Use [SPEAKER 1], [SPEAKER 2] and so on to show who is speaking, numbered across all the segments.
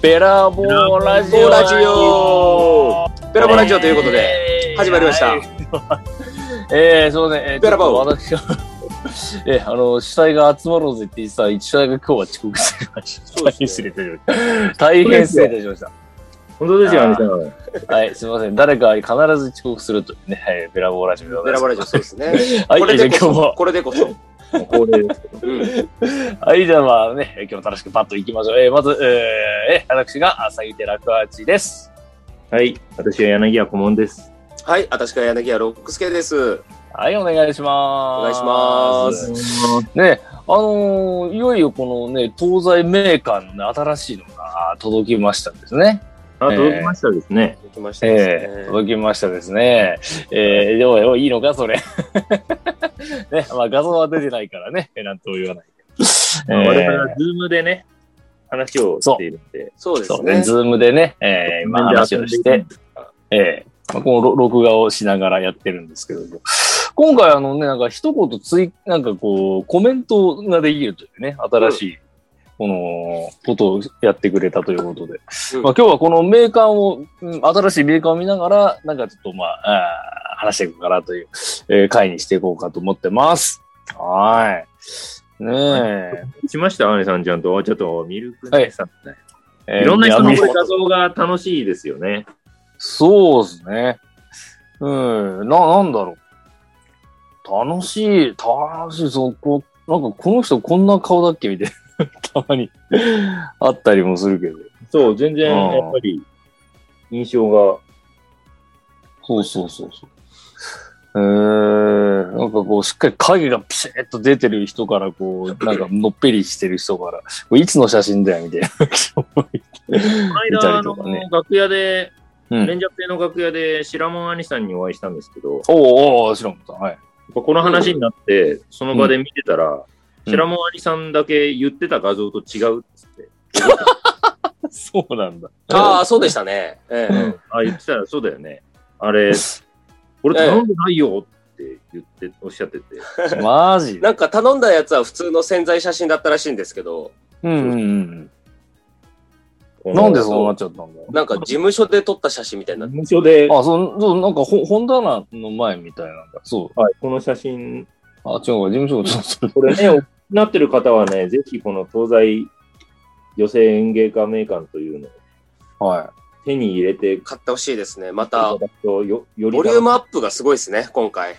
[SPEAKER 1] ベラボーラジオ
[SPEAKER 2] ラジオベラボーラジオということで、
[SPEAKER 1] で
[SPEAKER 2] 始まりました
[SPEAKER 1] えー、すいません。えー、
[SPEAKER 2] ベラボー
[SPEAKER 1] ちょっと私は えー、あの、主催が集まろうぜって言ってた、主催が今日は遅刻してました。
[SPEAKER 2] そうですね
[SPEAKER 1] 失礼いたしました。大変失礼いたしまし
[SPEAKER 3] 本当ですよ、あの人。
[SPEAKER 1] た。はい、すいません。誰か必ず遅刻するというね、はい、ベラボーラジオでござ
[SPEAKER 2] ベ
[SPEAKER 1] いま
[SPEAKER 2] ラ
[SPEAKER 1] す
[SPEAKER 2] ボーラジオ、そうですね。こ
[SPEAKER 1] は
[SPEAKER 2] れ
[SPEAKER 1] い、じゃあ
[SPEAKER 2] で
[SPEAKER 1] 今
[SPEAKER 2] こ
[SPEAKER 1] 日
[SPEAKER 2] そ
[SPEAKER 1] も、、
[SPEAKER 2] これでこそ。
[SPEAKER 3] もう恒例です。
[SPEAKER 2] うん
[SPEAKER 1] はい、じゃあまあね、今日も楽しくパッと行きましょう。えー、まず、えー、えー私が、朝ぎて楽八です。
[SPEAKER 3] はい。私は柳家顧問です。
[SPEAKER 2] はい、私が柳家六助です。
[SPEAKER 1] はい、お願いします。
[SPEAKER 2] お願いし
[SPEAKER 1] す。ね、あのーいよいよこのね、東西メーカーの、ね、新しいのが届きましたんですね。
[SPEAKER 3] あ、届きましたですね。
[SPEAKER 2] できましたですね
[SPEAKER 1] ええ届きましたですね。えー、でもでもいいのか、それ。 ね、まあ画像は出てないからね、なんとも言わないけど。
[SPEAKER 3] まあ我
[SPEAKER 1] え
[SPEAKER 3] 々
[SPEAKER 1] ー
[SPEAKER 3] はズームでね、話をしているんで。
[SPEAKER 2] そうで
[SPEAKER 1] そうね、
[SPEAKER 2] すね。
[SPEAKER 1] ズームでね、えー、まあ話をして、。ええまあ、このろ録画をしながらやってるんですけども、今回あのね、なんか一言つい、なんかこう、コメントができるというね、新しい、この、ことをやってくれたということで、
[SPEAKER 2] うん
[SPEAKER 1] まあ今日はこのメーカーを、うん新しいメーカーを見ながら、なんかちょっとまあ、あー話していくかなという、えー回にしていこうかと思ってます。はーい。ね
[SPEAKER 3] しました、アネさんちゃんと。あちょっと、ミルク姉さんね、
[SPEAKER 1] え。
[SPEAKER 3] いろんな人の
[SPEAKER 1] えー
[SPEAKER 3] こういう画像が楽しいですよね。
[SPEAKER 1] そうですね。うん、な、なんだろう。楽しい、楽しい、そこ、なんかこの人こんな顔だっけみたいな、 たまにあったりもするけど。
[SPEAKER 3] そう、全然、
[SPEAKER 1] うん
[SPEAKER 3] やっぱり、印象が。
[SPEAKER 1] そうそうそうそう。えー、なんかこう、しっかり影がピシッと出てる人から、こう、なんかのっぺりしてる人から、これいつの写真だよ、みたいな 人もいて。
[SPEAKER 3] この
[SPEAKER 1] 見た
[SPEAKER 3] 間、
[SPEAKER 1] り
[SPEAKER 3] あ
[SPEAKER 1] とかね
[SPEAKER 3] の、楽屋で、
[SPEAKER 1] うん
[SPEAKER 3] レンジャー系の楽屋で、白門兄さんにお会いしたんですけど、やっ
[SPEAKER 1] おうおう、知らんかった。はい。
[SPEAKER 3] ぱこの話になって、その場で見てたら、
[SPEAKER 1] うん
[SPEAKER 3] 白門兄さんだけ言ってた画像と違うっつって。
[SPEAKER 1] そうなんだ。
[SPEAKER 2] ああ、そうでしたね。ええ
[SPEAKER 3] あ、言ってたらそうだよね。あれ、俺頼んでないよって言って、おっしゃってて。
[SPEAKER 1] マジ
[SPEAKER 2] なんか頼んだやつは普通の潜在写真だったらしいんですけど、
[SPEAKER 1] うんうんうんうん。なんでそうなっちゃったんだろう
[SPEAKER 2] なんか事務所で撮った写真みたいになって
[SPEAKER 3] 無償で、
[SPEAKER 1] あ、そう、そうなんかほ本棚の前みたいなんだ。そう。
[SPEAKER 3] はいこの写真、
[SPEAKER 1] あ、違うか、事務所、そうそう。
[SPEAKER 3] こ れね、お気になってる方はね、ぜひこの東西女性演芸家名館というの を
[SPEAKER 1] は
[SPEAKER 3] 手に入れて、
[SPEAKER 2] 買ってほしいですね。ま、
[SPEAKER 3] 買ったていただくとよより
[SPEAKER 2] ボリュームアップがすごいですね、今回。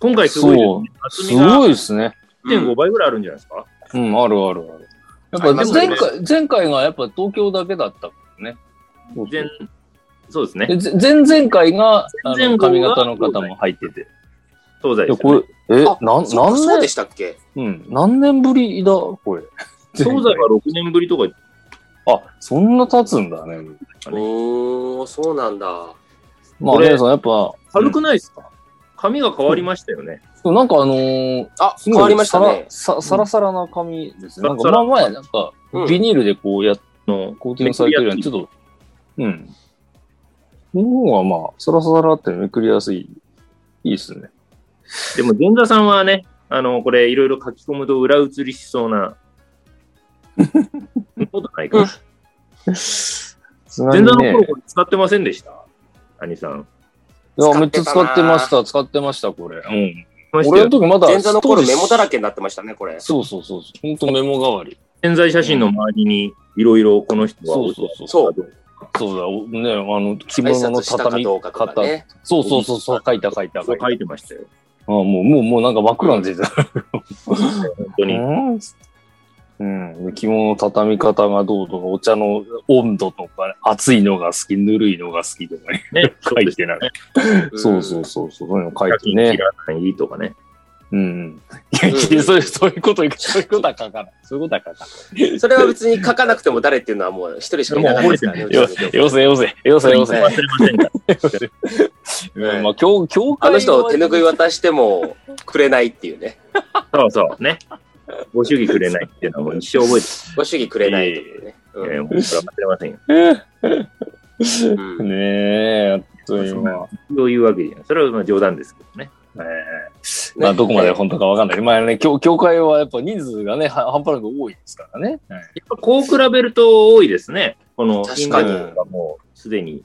[SPEAKER 3] 今
[SPEAKER 1] い。
[SPEAKER 3] 回すごいです
[SPEAKER 1] そ
[SPEAKER 3] ね。
[SPEAKER 1] う。
[SPEAKER 3] 厚
[SPEAKER 1] す
[SPEAKER 3] みが
[SPEAKER 1] ごいですね。
[SPEAKER 3] 1.5倍ぐらいあるんじゃないですか、
[SPEAKER 1] うん、あるあるある。やっぱ
[SPEAKER 2] ありますね
[SPEAKER 1] 前回、前回がやっぱ東京だけだったからね。そう
[SPEAKER 3] 全そうです
[SPEAKER 1] で
[SPEAKER 3] ね。
[SPEAKER 1] ぜ前々回が、あ
[SPEAKER 3] 前
[SPEAKER 1] の、
[SPEAKER 3] 々
[SPEAKER 1] 髪
[SPEAKER 3] 回が
[SPEAKER 1] 型の方も入ってて。
[SPEAKER 3] 東
[SPEAKER 1] いや、
[SPEAKER 3] 西です
[SPEAKER 1] こ
[SPEAKER 3] よね、
[SPEAKER 1] れ、え、
[SPEAKER 2] あ
[SPEAKER 1] なん、
[SPEAKER 2] そうかそ
[SPEAKER 1] 何
[SPEAKER 2] うで
[SPEAKER 1] 年
[SPEAKER 2] したっけ
[SPEAKER 1] うん、何年ぶりだ、これ。
[SPEAKER 3] 東西は6年ぶりとか言って
[SPEAKER 1] あ、そんな経つんだね。
[SPEAKER 3] あれ
[SPEAKER 2] おー、そうなんだ。
[SPEAKER 1] まあ、
[SPEAKER 3] これ
[SPEAKER 1] ね、そのやっぱ、
[SPEAKER 3] 軽くないですか、髪が変わりましたよね。
[SPEAKER 1] そうなんかあのー、
[SPEAKER 2] あ、
[SPEAKER 1] す
[SPEAKER 2] 変
[SPEAKER 1] ごい
[SPEAKER 2] わりましたね。
[SPEAKER 1] さらさサラサラな髪ですね。
[SPEAKER 3] う
[SPEAKER 1] なんんか、まあ前、なんか
[SPEAKER 2] うん、
[SPEAKER 1] ビニールでこうやっ、
[SPEAKER 3] の
[SPEAKER 1] コーティングされてるような、ちょっと、うん。この方がまあ、サラサラってめくりやすい。いいですね。
[SPEAKER 3] でも、源田さんはね、あの、これ、いろいろ書き込むと裏移りしそうな。そんなことないか。
[SPEAKER 1] つな
[SPEAKER 3] 前座
[SPEAKER 1] に
[SPEAKER 3] の
[SPEAKER 1] ね
[SPEAKER 3] 頃、、これ使ってませんでした兄さん。
[SPEAKER 1] いや、めっちゃ使ってました、使ってました、これ。うん。
[SPEAKER 3] まして
[SPEAKER 1] 俺の
[SPEAKER 3] や
[SPEAKER 1] 時まだ、
[SPEAKER 2] 前座の頃メモだ
[SPEAKER 1] ら
[SPEAKER 2] らけになってましたね、これ。
[SPEAKER 1] そうそうそうそう。ほんとメモ代わり。
[SPEAKER 3] 潜在写真の周りに、いろいろこの人は、
[SPEAKER 1] そうそうそう。
[SPEAKER 2] そう。
[SPEAKER 1] そうだ、おね、あの、着
[SPEAKER 2] 挨
[SPEAKER 1] 物の
[SPEAKER 2] 拶したか
[SPEAKER 1] 畳み
[SPEAKER 2] どうかとか
[SPEAKER 1] 方。
[SPEAKER 2] ね。
[SPEAKER 1] そうそうそう、そう書いた書いた書いた。
[SPEAKER 3] 書いてましたよ。
[SPEAKER 1] あもう、もう、もうなんか真っ暗な時代
[SPEAKER 3] 本当に。
[SPEAKER 1] うん、着物の畳み方がどうとか、お茶の温度とか、熱いのが好き、ぬるいのが好きとかね、
[SPEAKER 3] ね、
[SPEAKER 1] 書いてない。
[SPEAKER 2] うん
[SPEAKER 1] そうそうそう、そういうの書
[SPEAKER 3] そう
[SPEAKER 1] い
[SPEAKER 3] です
[SPEAKER 1] て
[SPEAKER 3] ね。
[SPEAKER 1] ね
[SPEAKER 3] キ。ラキラいいとかね。
[SPEAKER 1] うん。いや、
[SPEAKER 2] うん
[SPEAKER 1] そういう、そういうこと、そういうことは書かない。そういうことは書か
[SPEAKER 2] それは別に書かなくても誰っていうのはもう一人しかいなかったですからね。
[SPEAKER 3] も
[SPEAKER 2] う
[SPEAKER 3] う
[SPEAKER 1] ない。
[SPEAKER 2] ち
[SPEAKER 1] よ
[SPEAKER 2] の
[SPEAKER 1] せ、よせ、よせ、よせ、よ
[SPEAKER 3] 忘れま
[SPEAKER 1] せ。
[SPEAKER 3] せんから。
[SPEAKER 1] うんまあ、教、教
[SPEAKER 2] あ
[SPEAKER 1] 会
[SPEAKER 2] の人を手拭い渡してもくれないっていうね。
[SPEAKER 3] そうそう。ね。ご主義くれないっていうのはもう一生覚えて
[SPEAKER 2] ご主義くれないというね。
[SPEAKER 3] る
[SPEAKER 2] うん
[SPEAKER 3] よ。もうこれは忘れませんよ。
[SPEAKER 2] うん
[SPEAKER 1] ねえ、あっという間。
[SPEAKER 3] そういうわけじゃない。それはまあ冗談ですけどね。
[SPEAKER 1] ねえまあ、どこまで本当かわかんない。まあね、教、教会はやっぱ人数がね、は半端なく多いですからね。
[SPEAKER 3] やっぱこう比べると多いですね。この
[SPEAKER 2] 確
[SPEAKER 3] 頻
[SPEAKER 2] かに
[SPEAKER 3] 度がもうすでに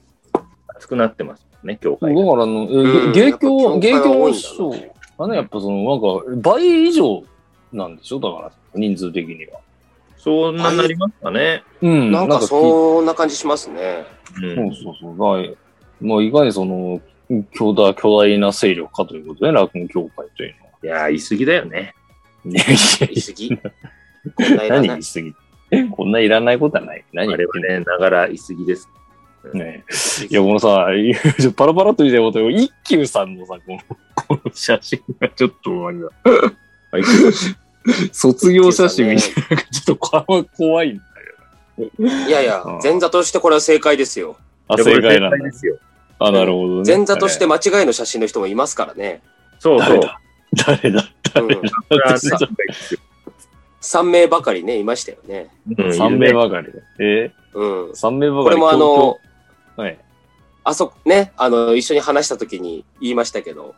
[SPEAKER 3] 熱くなってますもんね、教
[SPEAKER 1] だ
[SPEAKER 3] 会
[SPEAKER 1] か
[SPEAKER 3] が。
[SPEAKER 1] らあの、
[SPEAKER 2] う
[SPEAKER 1] え
[SPEAKER 2] ん
[SPEAKER 1] 芸協、芸
[SPEAKER 2] やっぱ教
[SPEAKER 1] 協の
[SPEAKER 2] 会多いんだな
[SPEAKER 1] 師匠がね、やっぱその、なんか、倍以上なんでしょだから、人数的には。
[SPEAKER 3] そんなになりますかね。
[SPEAKER 1] うん。
[SPEAKER 2] なんか
[SPEAKER 1] 聞い
[SPEAKER 2] そんな感じしますね。
[SPEAKER 3] うん
[SPEAKER 1] そうそうそう。だいまあ、いかにその、巨大、巨大な勢力かということで、落語協会というのは。
[SPEAKER 3] いやー、言い過ぎだよね。
[SPEAKER 1] いやいや
[SPEAKER 2] 言い過ぎ。こんないら
[SPEAKER 1] 何
[SPEAKER 2] な
[SPEAKER 1] 言
[SPEAKER 2] い
[SPEAKER 1] い過ぎて。こんないらないことはない。
[SPEAKER 3] あ
[SPEAKER 1] 何
[SPEAKER 3] れはね、ながら言い過ぎです。
[SPEAKER 1] ねいや、このさ、パラパラっと言いたいことよ。一休さんのさ、この、この 写真がちょっと、あれだ。卒業写真みたいな、ちょっとこれは怖い。
[SPEAKER 2] いや いや
[SPEAKER 1] うん、
[SPEAKER 2] 前座としてこれは正解ですよ。
[SPEAKER 1] あ、
[SPEAKER 3] いや
[SPEAKER 1] 正
[SPEAKER 3] これ
[SPEAKER 1] 解なんだ
[SPEAKER 3] 正。解ですよ。
[SPEAKER 1] あ、なるほどね。
[SPEAKER 2] 前座として間違いの写真の人もいますからね。
[SPEAKER 3] そうそ
[SPEAKER 1] 誰
[SPEAKER 3] う。
[SPEAKER 1] だ誰だ
[SPEAKER 2] うん、
[SPEAKER 3] これは正
[SPEAKER 1] 誰だ
[SPEAKER 3] 解ですよ
[SPEAKER 2] 3名ばかりね、いましたよね。
[SPEAKER 3] うんい
[SPEAKER 1] ?3
[SPEAKER 3] るね
[SPEAKER 1] 名ばかりで。え
[SPEAKER 2] うん
[SPEAKER 1] ー、。3名ば
[SPEAKER 2] こ
[SPEAKER 1] か
[SPEAKER 2] れ
[SPEAKER 1] り。
[SPEAKER 2] もあの、
[SPEAKER 1] 東京、はい。
[SPEAKER 2] あそこね、あの、一緒に話した時に言いましたけど、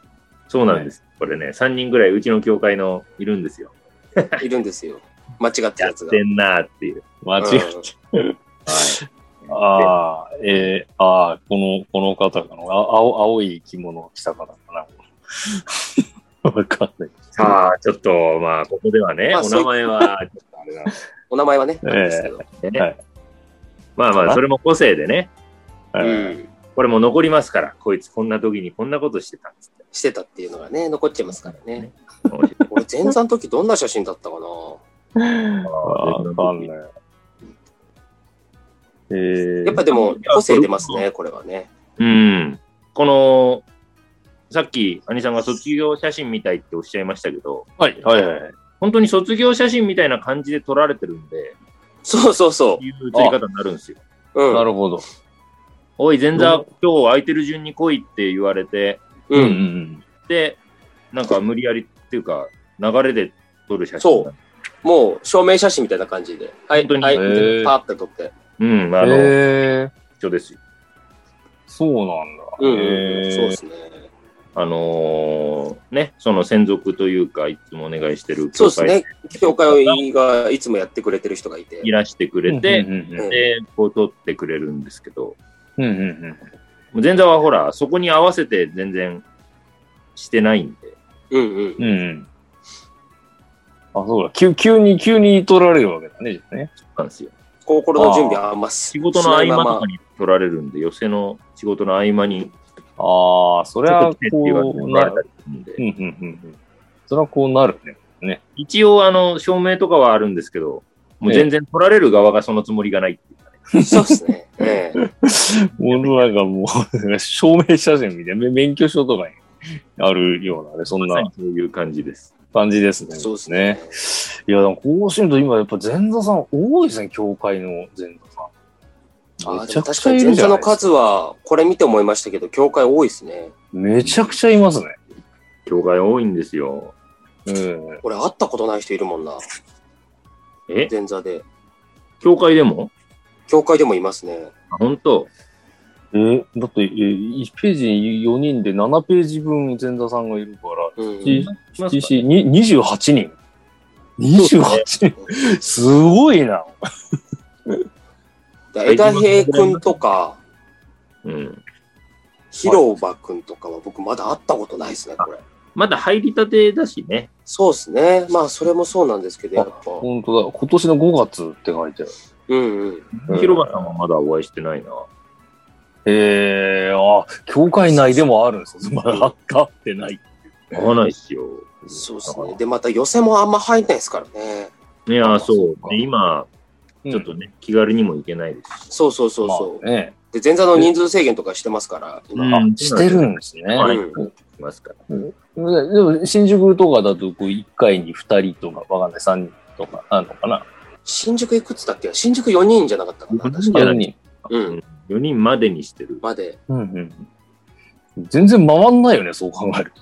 [SPEAKER 3] そうなんです。これね、3人ぐらいうちの教会のいるんですよ。
[SPEAKER 2] いるんですよ。間違った
[SPEAKER 3] や
[SPEAKER 2] や
[SPEAKER 3] っ
[SPEAKER 2] つが。
[SPEAKER 3] てんなーっていう。
[SPEAKER 1] 間違
[SPEAKER 2] うん
[SPEAKER 1] えた。ああ、えー、ああ、この、この方かな。あ青青い着物を着た方かな。 わかんない。
[SPEAKER 3] さあ、ちょっと、まあ、ここではね、
[SPEAKER 2] まあ
[SPEAKER 3] お名前は、ちょっとあれなんで
[SPEAKER 2] お名前はね、あれですけど。
[SPEAKER 3] ね
[SPEAKER 1] はい
[SPEAKER 3] まあまあ、それも個性でね、
[SPEAKER 1] はい
[SPEAKER 2] うん。
[SPEAKER 3] これも残りますから、こいつこんな時にこんなことしてたんですって。
[SPEAKER 2] してたっていうのがね、残っちゃいますからね。
[SPEAKER 3] 面白い
[SPEAKER 2] 俺、前座の時どんな写真だったかな
[SPEAKER 1] わかんない。えー、
[SPEAKER 2] やっぱでも、個性出ますね、これはね。
[SPEAKER 3] うん。この、さっき、兄さんが卒業写真みたいっておっしゃいましたけど、
[SPEAKER 1] はい、はい、はい。
[SPEAKER 3] 本当に卒業写真みたいな感じで撮られてるんで、
[SPEAKER 2] そうそうそ
[SPEAKER 3] いう写り方になるんですよ。
[SPEAKER 2] う。うん。
[SPEAKER 1] なるほど。
[SPEAKER 3] おい、前座、今日空いてる順に来いって言われて、
[SPEAKER 1] う
[SPEAKER 2] うん。
[SPEAKER 1] うんん
[SPEAKER 3] で、なんか無理やりっていうか、流れで撮る写真。
[SPEAKER 2] そうもう、証明写真みたいな感じで。はい、
[SPEAKER 3] 本当に
[SPEAKER 2] はい、
[SPEAKER 1] へ
[SPEAKER 2] パ
[SPEAKER 1] ー
[SPEAKER 2] ーって撮って。
[SPEAKER 3] う。うん、
[SPEAKER 1] う
[SPEAKER 3] あ
[SPEAKER 1] ん。
[SPEAKER 3] の、
[SPEAKER 1] えー、
[SPEAKER 3] 一緒ですよ。
[SPEAKER 1] そうなんだ。
[SPEAKER 2] うん
[SPEAKER 1] え
[SPEAKER 2] うん。
[SPEAKER 1] ー
[SPEAKER 2] そうですね。
[SPEAKER 3] あのーね、その専属というか、いつもお願いしてる
[SPEAKER 2] そう
[SPEAKER 3] 教
[SPEAKER 2] です
[SPEAKER 3] 会
[SPEAKER 2] ね。教会がいつもやってくれてる人がいて
[SPEAKER 3] い。らしてくれ
[SPEAKER 1] う
[SPEAKER 3] て、
[SPEAKER 1] んうんうん
[SPEAKER 3] で、こう撮ってくれるんですけど、
[SPEAKER 1] うんうんうん
[SPEAKER 3] 前座はほら、そこに合わせて全然してないんで、
[SPEAKER 2] うんうん。
[SPEAKER 1] うんうん。あ、そうだ。急急に、急に取られるわけだね。ね
[SPEAKER 3] なんですよ。
[SPEAKER 2] 心の準備あんま仕
[SPEAKER 3] 仕事の合間とかに撮られるんで、寄せの仕事の合間に、
[SPEAKER 1] ああ、そ
[SPEAKER 3] ち
[SPEAKER 1] れ
[SPEAKER 3] ょ
[SPEAKER 1] は
[SPEAKER 3] っと
[SPEAKER 1] こ
[SPEAKER 3] 来てって言われ
[SPEAKER 1] う
[SPEAKER 3] て撮ら
[SPEAKER 1] な
[SPEAKER 3] れた
[SPEAKER 1] る。
[SPEAKER 3] りするんで
[SPEAKER 1] うん、うんうんうん。それはこうなるね。
[SPEAKER 3] 一応、あの、照明とかはあるんですけど、もう全然撮られる側がそのつもりがないっていうかね。
[SPEAKER 2] そうですね。ええ
[SPEAKER 1] もうなんかもう、証明写真みたいな、め免許証とかにあるようなね、そん
[SPEAKER 3] まさ
[SPEAKER 1] な
[SPEAKER 3] にそういう感じです。
[SPEAKER 1] 感じですね。
[SPEAKER 2] そうですね。。
[SPEAKER 1] いや、でもこうしてると今やっぱ前座さん多いですね、教会の前座さん。
[SPEAKER 2] あ
[SPEAKER 1] め
[SPEAKER 2] で
[SPEAKER 1] ちゃ
[SPEAKER 2] も
[SPEAKER 1] く
[SPEAKER 2] 確
[SPEAKER 1] ちゃ
[SPEAKER 2] か
[SPEAKER 1] い
[SPEAKER 2] に
[SPEAKER 1] る
[SPEAKER 2] 前
[SPEAKER 1] じゃ
[SPEAKER 2] 座
[SPEAKER 1] ない
[SPEAKER 2] の
[SPEAKER 1] ですか。
[SPEAKER 2] 数は、これ見て思いましたけど、教会多いですね。
[SPEAKER 1] めちゃくちゃいますね。
[SPEAKER 3] 教会多いんですよ。
[SPEAKER 1] うん。
[SPEAKER 2] 俺、会ったことない人いるもんな。
[SPEAKER 3] え
[SPEAKER 2] 前座で。
[SPEAKER 3] 教会でも
[SPEAKER 2] 教会でもいますね。
[SPEAKER 3] あ本当
[SPEAKER 1] え、だって、え、1ページに4人で7ページ分前座さんがいるから、
[SPEAKER 2] うん。
[SPEAKER 1] い
[SPEAKER 3] いますか
[SPEAKER 1] TC に28人。28人、すごいな。
[SPEAKER 2] だ枝平くんとか、
[SPEAKER 3] うん。
[SPEAKER 2] 広場くんとかは僕まだ会ったことないですね、これ。
[SPEAKER 3] まだ入りたてだしね。
[SPEAKER 2] そうですね。まあ、それもそうなんですけど、やっぱ。
[SPEAKER 1] 本当だ。今年の5月って書いてある。
[SPEAKER 2] うんうん。
[SPEAKER 1] うん
[SPEAKER 3] 広場さんはまだお会いしてないな。
[SPEAKER 1] えー、あ、教会内でもあるんですよ。まだ会ってない。
[SPEAKER 3] 合わないっすよ。
[SPEAKER 2] そうですね。で、また寄せもあんま入んないですからね。
[SPEAKER 3] いや、そう
[SPEAKER 1] そう。か
[SPEAKER 3] で今、ちょっとね、気軽にも行けないですし。
[SPEAKER 2] そうそうそうそう。
[SPEAKER 1] まあね
[SPEAKER 2] で、前座の人数制限とかしてますから、今。
[SPEAKER 3] うん
[SPEAKER 1] あしてるんですね。
[SPEAKER 3] まあ、
[SPEAKER 2] はい
[SPEAKER 3] 行きますから。
[SPEAKER 1] でも新宿とかだとこう1回に2人とかわかんない3人とかあるのかな
[SPEAKER 2] 新宿いくつだっけ新宿4人じゃなかったかな確か
[SPEAKER 3] いや
[SPEAKER 1] 4人。
[SPEAKER 2] うん。
[SPEAKER 3] 4人までにしてる。
[SPEAKER 2] まで。
[SPEAKER 1] うんうん、全然回んないよねそう考える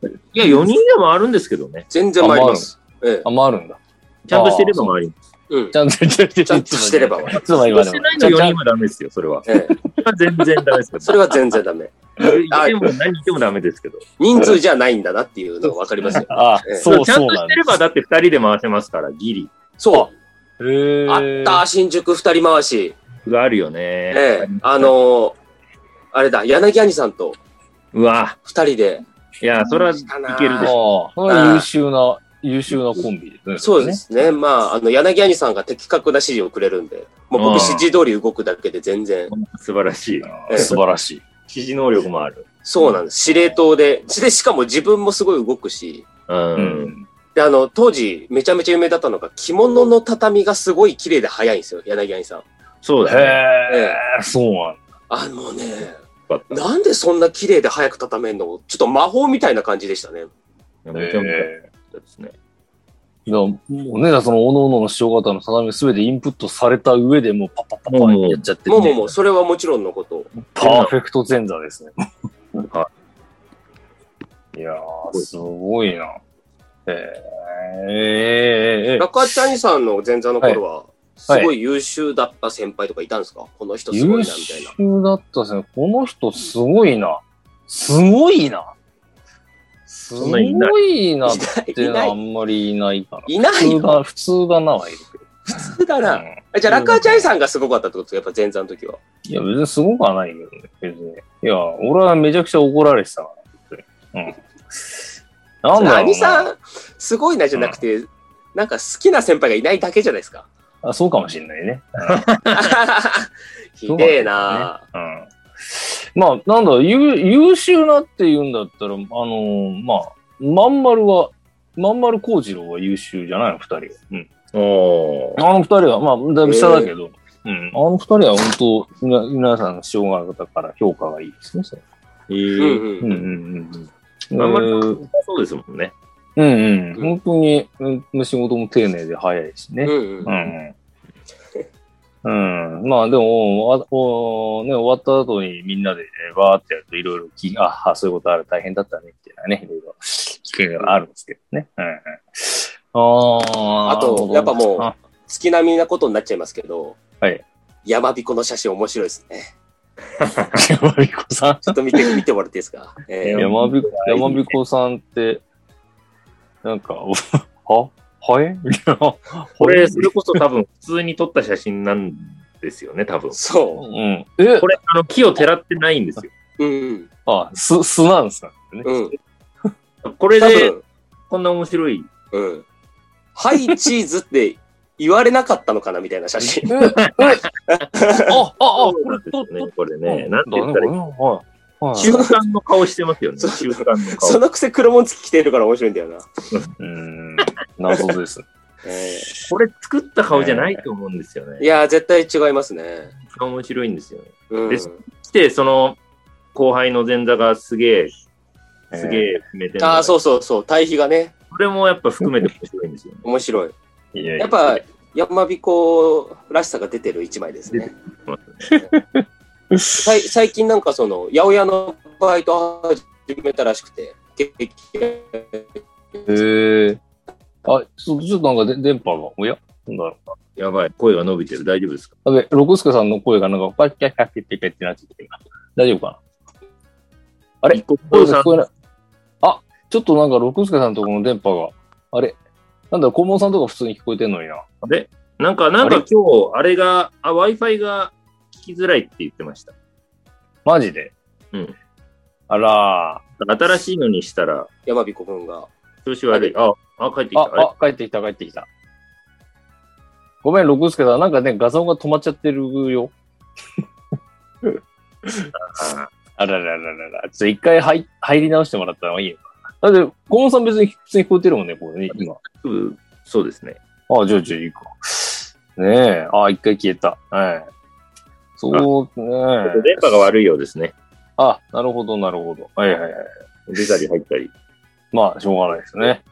[SPEAKER 1] とね。
[SPEAKER 3] いや、4人でもあるんですけどね。
[SPEAKER 2] 全然参ります。ええ。
[SPEAKER 1] あ回るんだ。
[SPEAKER 3] ちゃんとしてればもあります。
[SPEAKER 2] うん
[SPEAKER 1] ち。ゃんとして
[SPEAKER 2] ちゃんとしてれば。
[SPEAKER 1] つま
[SPEAKER 3] ち
[SPEAKER 1] り
[SPEAKER 3] ゃんと
[SPEAKER 1] は
[SPEAKER 3] してないの4人はダメですよ、それは。
[SPEAKER 2] ええ。
[SPEAKER 3] それは全然ダメですけど。
[SPEAKER 2] それは全然ダメ。
[SPEAKER 3] いても何言ってもダメですけど。
[SPEAKER 2] 人数じゃないんだなっていうのがわかりますよ。
[SPEAKER 1] あ
[SPEAKER 2] ええ
[SPEAKER 1] そう
[SPEAKER 3] ちゃ
[SPEAKER 1] そ
[SPEAKER 3] ん
[SPEAKER 1] う
[SPEAKER 3] と
[SPEAKER 1] な
[SPEAKER 3] し
[SPEAKER 1] ん
[SPEAKER 3] てれば、だって2人で回せますから、ギリ。
[SPEAKER 2] そう。
[SPEAKER 1] へ
[SPEAKER 2] あった、新宿二人回し。
[SPEAKER 3] があるよね。
[SPEAKER 2] ええ、あのーあれだ、柳兄さんと
[SPEAKER 3] うわ、
[SPEAKER 2] 二人で。
[SPEAKER 3] いや、それはい
[SPEAKER 2] かな
[SPEAKER 3] けるでし
[SPEAKER 1] あ
[SPEAKER 3] ょ。
[SPEAKER 1] あ、それは優秀な、優秀なコンビですね。
[SPEAKER 2] そうですね。まあ、あの、柳兄さんが的確な指示をくれるんで、もう僕
[SPEAKER 3] ああ
[SPEAKER 2] 指示通り動くだけで全然。
[SPEAKER 3] 素晴らしい。
[SPEAKER 1] ああ素晴らしい。
[SPEAKER 3] 指示能力もある。
[SPEAKER 2] そうなんです。司令塔で。で、しかも自分もすごい動くし。
[SPEAKER 3] うん。
[SPEAKER 1] うん。
[SPEAKER 2] で、あの、当時、めちゃめちゃ有名だったのが、着物の畳がすごい綺麗で早いんですよ、柳兄さん。
[SPEAKER 3] そう
[SPEAKER 1] へ
[SPEAKER 3] だね。
[SPEAKER 1] え、そうなんだ
[SPEAKER 2] あのね、
[SPEAKER 3] よかった
[SPEAKER 2] なんでそんな綺麗で早く畳めんのちょっと魔法みたいな感じでしたね。
[SPEAKER 3] めちゃめちゃよ
[SPEAKER 1] え
[SPEAKER 3] かったですね。
[SPEAKER 1] え。だからもうね、その、おのおのの師匠方の定めすべてインプットされた上でもうパッパッパッパッやっちゃって
[SPEAKER 2] も
[SPEAKER 1] る
[SPEAKER 2] うもう
[SPEAKER 1] ね
[SPEAKER 2] もう、それはもちろんのこと。
[SPEAKER 1] パーフェクト前座ですね。
[SPEAKER 3] はい
[SPEAKER 1] やー、すごいな。ええええええ
[SPEAKER 2] ラカチャニさんの前座の頃は、すごい優秀だった先輩とかいたんですかこの人すご
[SPEAKER 1] 優
[SPEAKER 2] いな、みたいな。
[SPEAKER 1] 秀だったですね。この人すごいな。すごいな。す
[SPEAKER 3] んないいない
[SPEAKER 1] ごいなっ
[SPEAKER 2] い
[SPEAKER 1] て
[SPEAKER 2] ない、い
[SPEAKER 1] の
[SPEAKER 2] な
[SPEAKER 1] はあ
[SPEAKER 2] い、
[SPEAKER 1] んまりいないかな。
[SPEAKER 2] いない
[SPEAKER 1] 普通
[SPEAKER 2] よ。
[SPEAKER 1] だ、普通だなはいるけど。
[SPEAKER 2] 普通だ
[SPEAKER 1] う
[SPEAKER 2] な。
[SPEAKER 1] ん
[SPEAKER 2] えじゃあ、ラカチャニさんがすごかったってことですかやっぱ前座の時は。
[SPEAKER 1] いや、別にすごくはないけどね、別に。いや、俺はめちゃくちゃ怒られてたから。うん。なんだろう
[SPEAKER 2] 兄
[SPEAKER 1] な
[SPEAKER 2] さん、すごいなじゃなくて、なんか好きな先輩がいないだけじゃないですか。
[SPEAKER 1] あ。そうかもしんないね。
[SPEAKER 2] ひでえな
[SPEAKER 1] うん。まあ、なんだろう、優優秀なって言うんだったら、あのーまあ、まん丸は、まん丸幸次郎は優秀じゃないの、二人は。うん。
[SPEAKER 3] おー。
[SPEAKER 1] あの二人は、まあ、だいぶ下だけど、うん。あの二人は本当、皆皆さんの師匠方から評価がいいですね、それ
[SPEAKER 3] え
[SPEAKER 2] う
[SPEAKER 1] う
[SPEAKER 2] んう
[SPEAKER 3] ー
[SPEAKER 2] んん。
[SPEAKER 1] うんうん。
[SPEAKER 3] まん
[SPEAKER 1] え
[SPEAKER 3] 丸
[SPEAKER 1] ー
[SPEAKER 3] そうですもんね。
[SPEAKER 1] うんうん。
[SPEAKER 2] うん
[SPEAKER 1] 本当に、うん仕事も丁寧で早いし
[SPEAKER 2] う
[SPEAKER 1] ね。
[SPEAKER 2] ん
[SPEAKER 1] う
[SPEAKER 2] うん。
[SPEAKER 1] ん。うん。まあでも、わおね、終わった後にみんなで、えーわーってやるといろいろ聞いああ、そういうことある、大変だったね、みたいなね、いろいろ聞くのがあるんですけどね。うんうん。あー
[SPEAKER 2] あとやっ ぱもう
[SPEAKER 1] あ
[SPEAKER 2] 月並みなことになっちゃいますけど、
[SPEAKER 1] はい。
[SPEAKER 2] やまびこの写真面白いですね。
[SPEAKER 1] 山彦さん
[SPEAKER 2] ちょっと見て、見てもらっていいですか。えー、
[SPEAKER 1] 山彦、山彦さんって、なんか、 おははいみたいな。
[SPEAKER 3] これ、それこそ多分普通に撮った写真なんですよね、多分。
[SPEAKER 1] う
[SPEAKER 2] そ
[SPEAKER 1] ん。え
[SPEAKER 3] これ、あの、木をてらってないんですよ。
[SPEAKER 2] う。うん。
[SPEAKER 1] あ、す、すなんですかね。
[SPEAKER 2] うん。
[SPEAKER 3] これ
[SPEAKER 2] 多
[SPEAKER 3] で、
[SPEAKER 2] 分、
[SPEAKER 3] こんな面白い。
[SPEAKER 2] うん。はい、チーズって言われなかったのかなみたいな 写真。
[SPEAKER 1] え、え、あ、あ、あ、これ、と、
[SPEAKER 3] ね
[SPEAKER 1] と、、
[SPEAKER 3] これね、なんて言ったらいい
[SPEAKER 1] ね、はい。はい。
[SPEAKER 3] 中間の顔してますよね。
[SPEAKER 2] そう
[SPEAKER 3] 中間の
[SPEAKER 2] そ
[SPEAKER 3] 顔。
[SPEAKER 2] のくせ黒紋付き着てるから面白いんだよな。
[SPEAKER 1] うん、謎です。
[SPEAKER 2] え
[SPEAKER 3] これ作った顔じゃないと思うんですよ
[SPEAKER 2] ーい
[SPEAKER 3] ね。
[SPEAKER 2] やー、絶対違いますね。
[SPEAKER 3] 面白いんですよね。
[SPEAKER 2] うん。
[SPEAKER 3] ですして、その後輩の前座がすげえ、 すげえ決めてるのが
[SPEAKER 2] ああ、そうそうそう。対比がね、
[SPEAKER 3] それもやっぱ含めて面白いんですよね。
[SPEAKER 2] 面白い。
[SPEAKER 1] えいやい
[SPEAKER 2] やっぱ、山彦らしさが出てる一枚ですね。さい最近なんかその、八百屋のバイト始めたらしくて、激
[SPEAKER 1] へえ。あ、ちょっと、ちょっとなんかで、電波が、おやなんだろう。
[SPEAKER 3] やばい、声が伸びてる。大丈夫ですか
[SPEAKER 1] あべ、六助さんの声がなんか、パッキャッキャッキャッキャッキャッってなってきてる、大丈夫かなあれ
[SPEAKER 3] 一個
[SPEAKER 1] 声
[SPEAKER 3] さ
[SPEAKER 1] が
[SPEAKER 3] ん
[SPEAKER 1] 聞こえない。あ、ちょっとなんか、六助さんのところの電波が、あれなんだろう、顧問さんとか普通に聞こえてんのにな。
[SPEAKER 3] で、なんか、なん
[SPEAKER 1] あ
[SPEAKER 3] か
[SPEAKER 1] れ
[SPEAKER 3] 今日、あれが、あ、Wi-Fi が聞きづらいって言ってました。
[SPEAKER 1] マジで
[SPEAKER 3] うん。
[SPEAKER 1] あらー。
[SPEAKER 3] 新しいのにしたら、
[SPEAKER 2] 山彦君が。
[SPEAKER 3] 調子悪い。あ、あ、帰ってきた。あれ
[SPEAKER 1] あ、あ、帰ってきた、帰ってきた。ごめん、六助さん。なんかね、画像が止まっちゃってるよ。
[SPEAKER 3] あ
[SPEAKER 1] あららららら。ちょっと一回入入り直してもらった方がいいよ。だって、ゴモさん別に普通に聞こえてるもんね、これね、今。
[SPEAKER 3] うんそうですね。
[SPEAKER 1] あ、じゃあ、じゃあ、いいか。ねえ。あ、一回消えた。はい。そうねえ。
[SPEAKER 3] 電波が悪いようですね。
[SPEAKER 1] あ、なるほど、なるほど。はいはいはい。
[SPEAKER 3] 出たり入ったり。
[SPEAKER 1] まあ、しょうがないですね。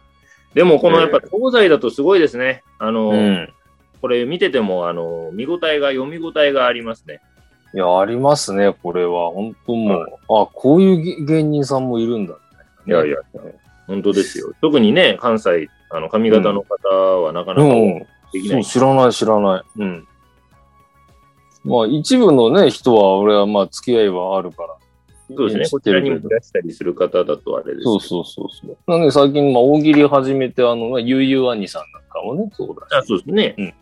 [SPEAKER 3] でも、この
[SPEAKER 1] え
[SPEAKER 3] や
[SPEAKER 1] え
[SPEAKER 3] っぱ東西だとすごいですね。あの、
[SPEAKER 1] うん。
[SPEAKER 3] これ見てても、あの、見応えが、読み応えがありますね。
[SPEAKER 1] いや、ありますね、これは。本当もう、あ、こういう芸人さんもいるんだ、ね。
[SPEAKER 3] いやいや、本当ですよ。特にね、関西、あの、髪型の方はなかな
[SPEAKER 1] う
[SPEAKER 3] か
[SPEAKER 1] ん。
[SPEAKER 3] できな
[SPEAKER 1] そ、。
[SPEAKER 3] いう
[SPEAKER 1] 知らない、知らない。うん。まあ、一部のね、人は、俺はまあ、付き合いはあるから。
[SPEAKER 3] そうですね。
[SPEAKER 1] 知っ
[SPEAKER 3] こ
[SPEAKER 1] て
[SPEAKER 3] ちら
[SPEAKER 1] るけ
[SPEAKER 3] に
[SPEAKER 1] ど
[SPEAKER 3] もいらしたりする方だとあれですけ
[SPEAKER 1] そ
[SPEAKER 3] ど。
[SPEAKER 1] うそうそうそう。なんで、最近、まあ、大喜利始めて、あの、まあ、ゆうゆう兄さんなんかもね、そうだし。
[SPEAKER 3] あそうですね。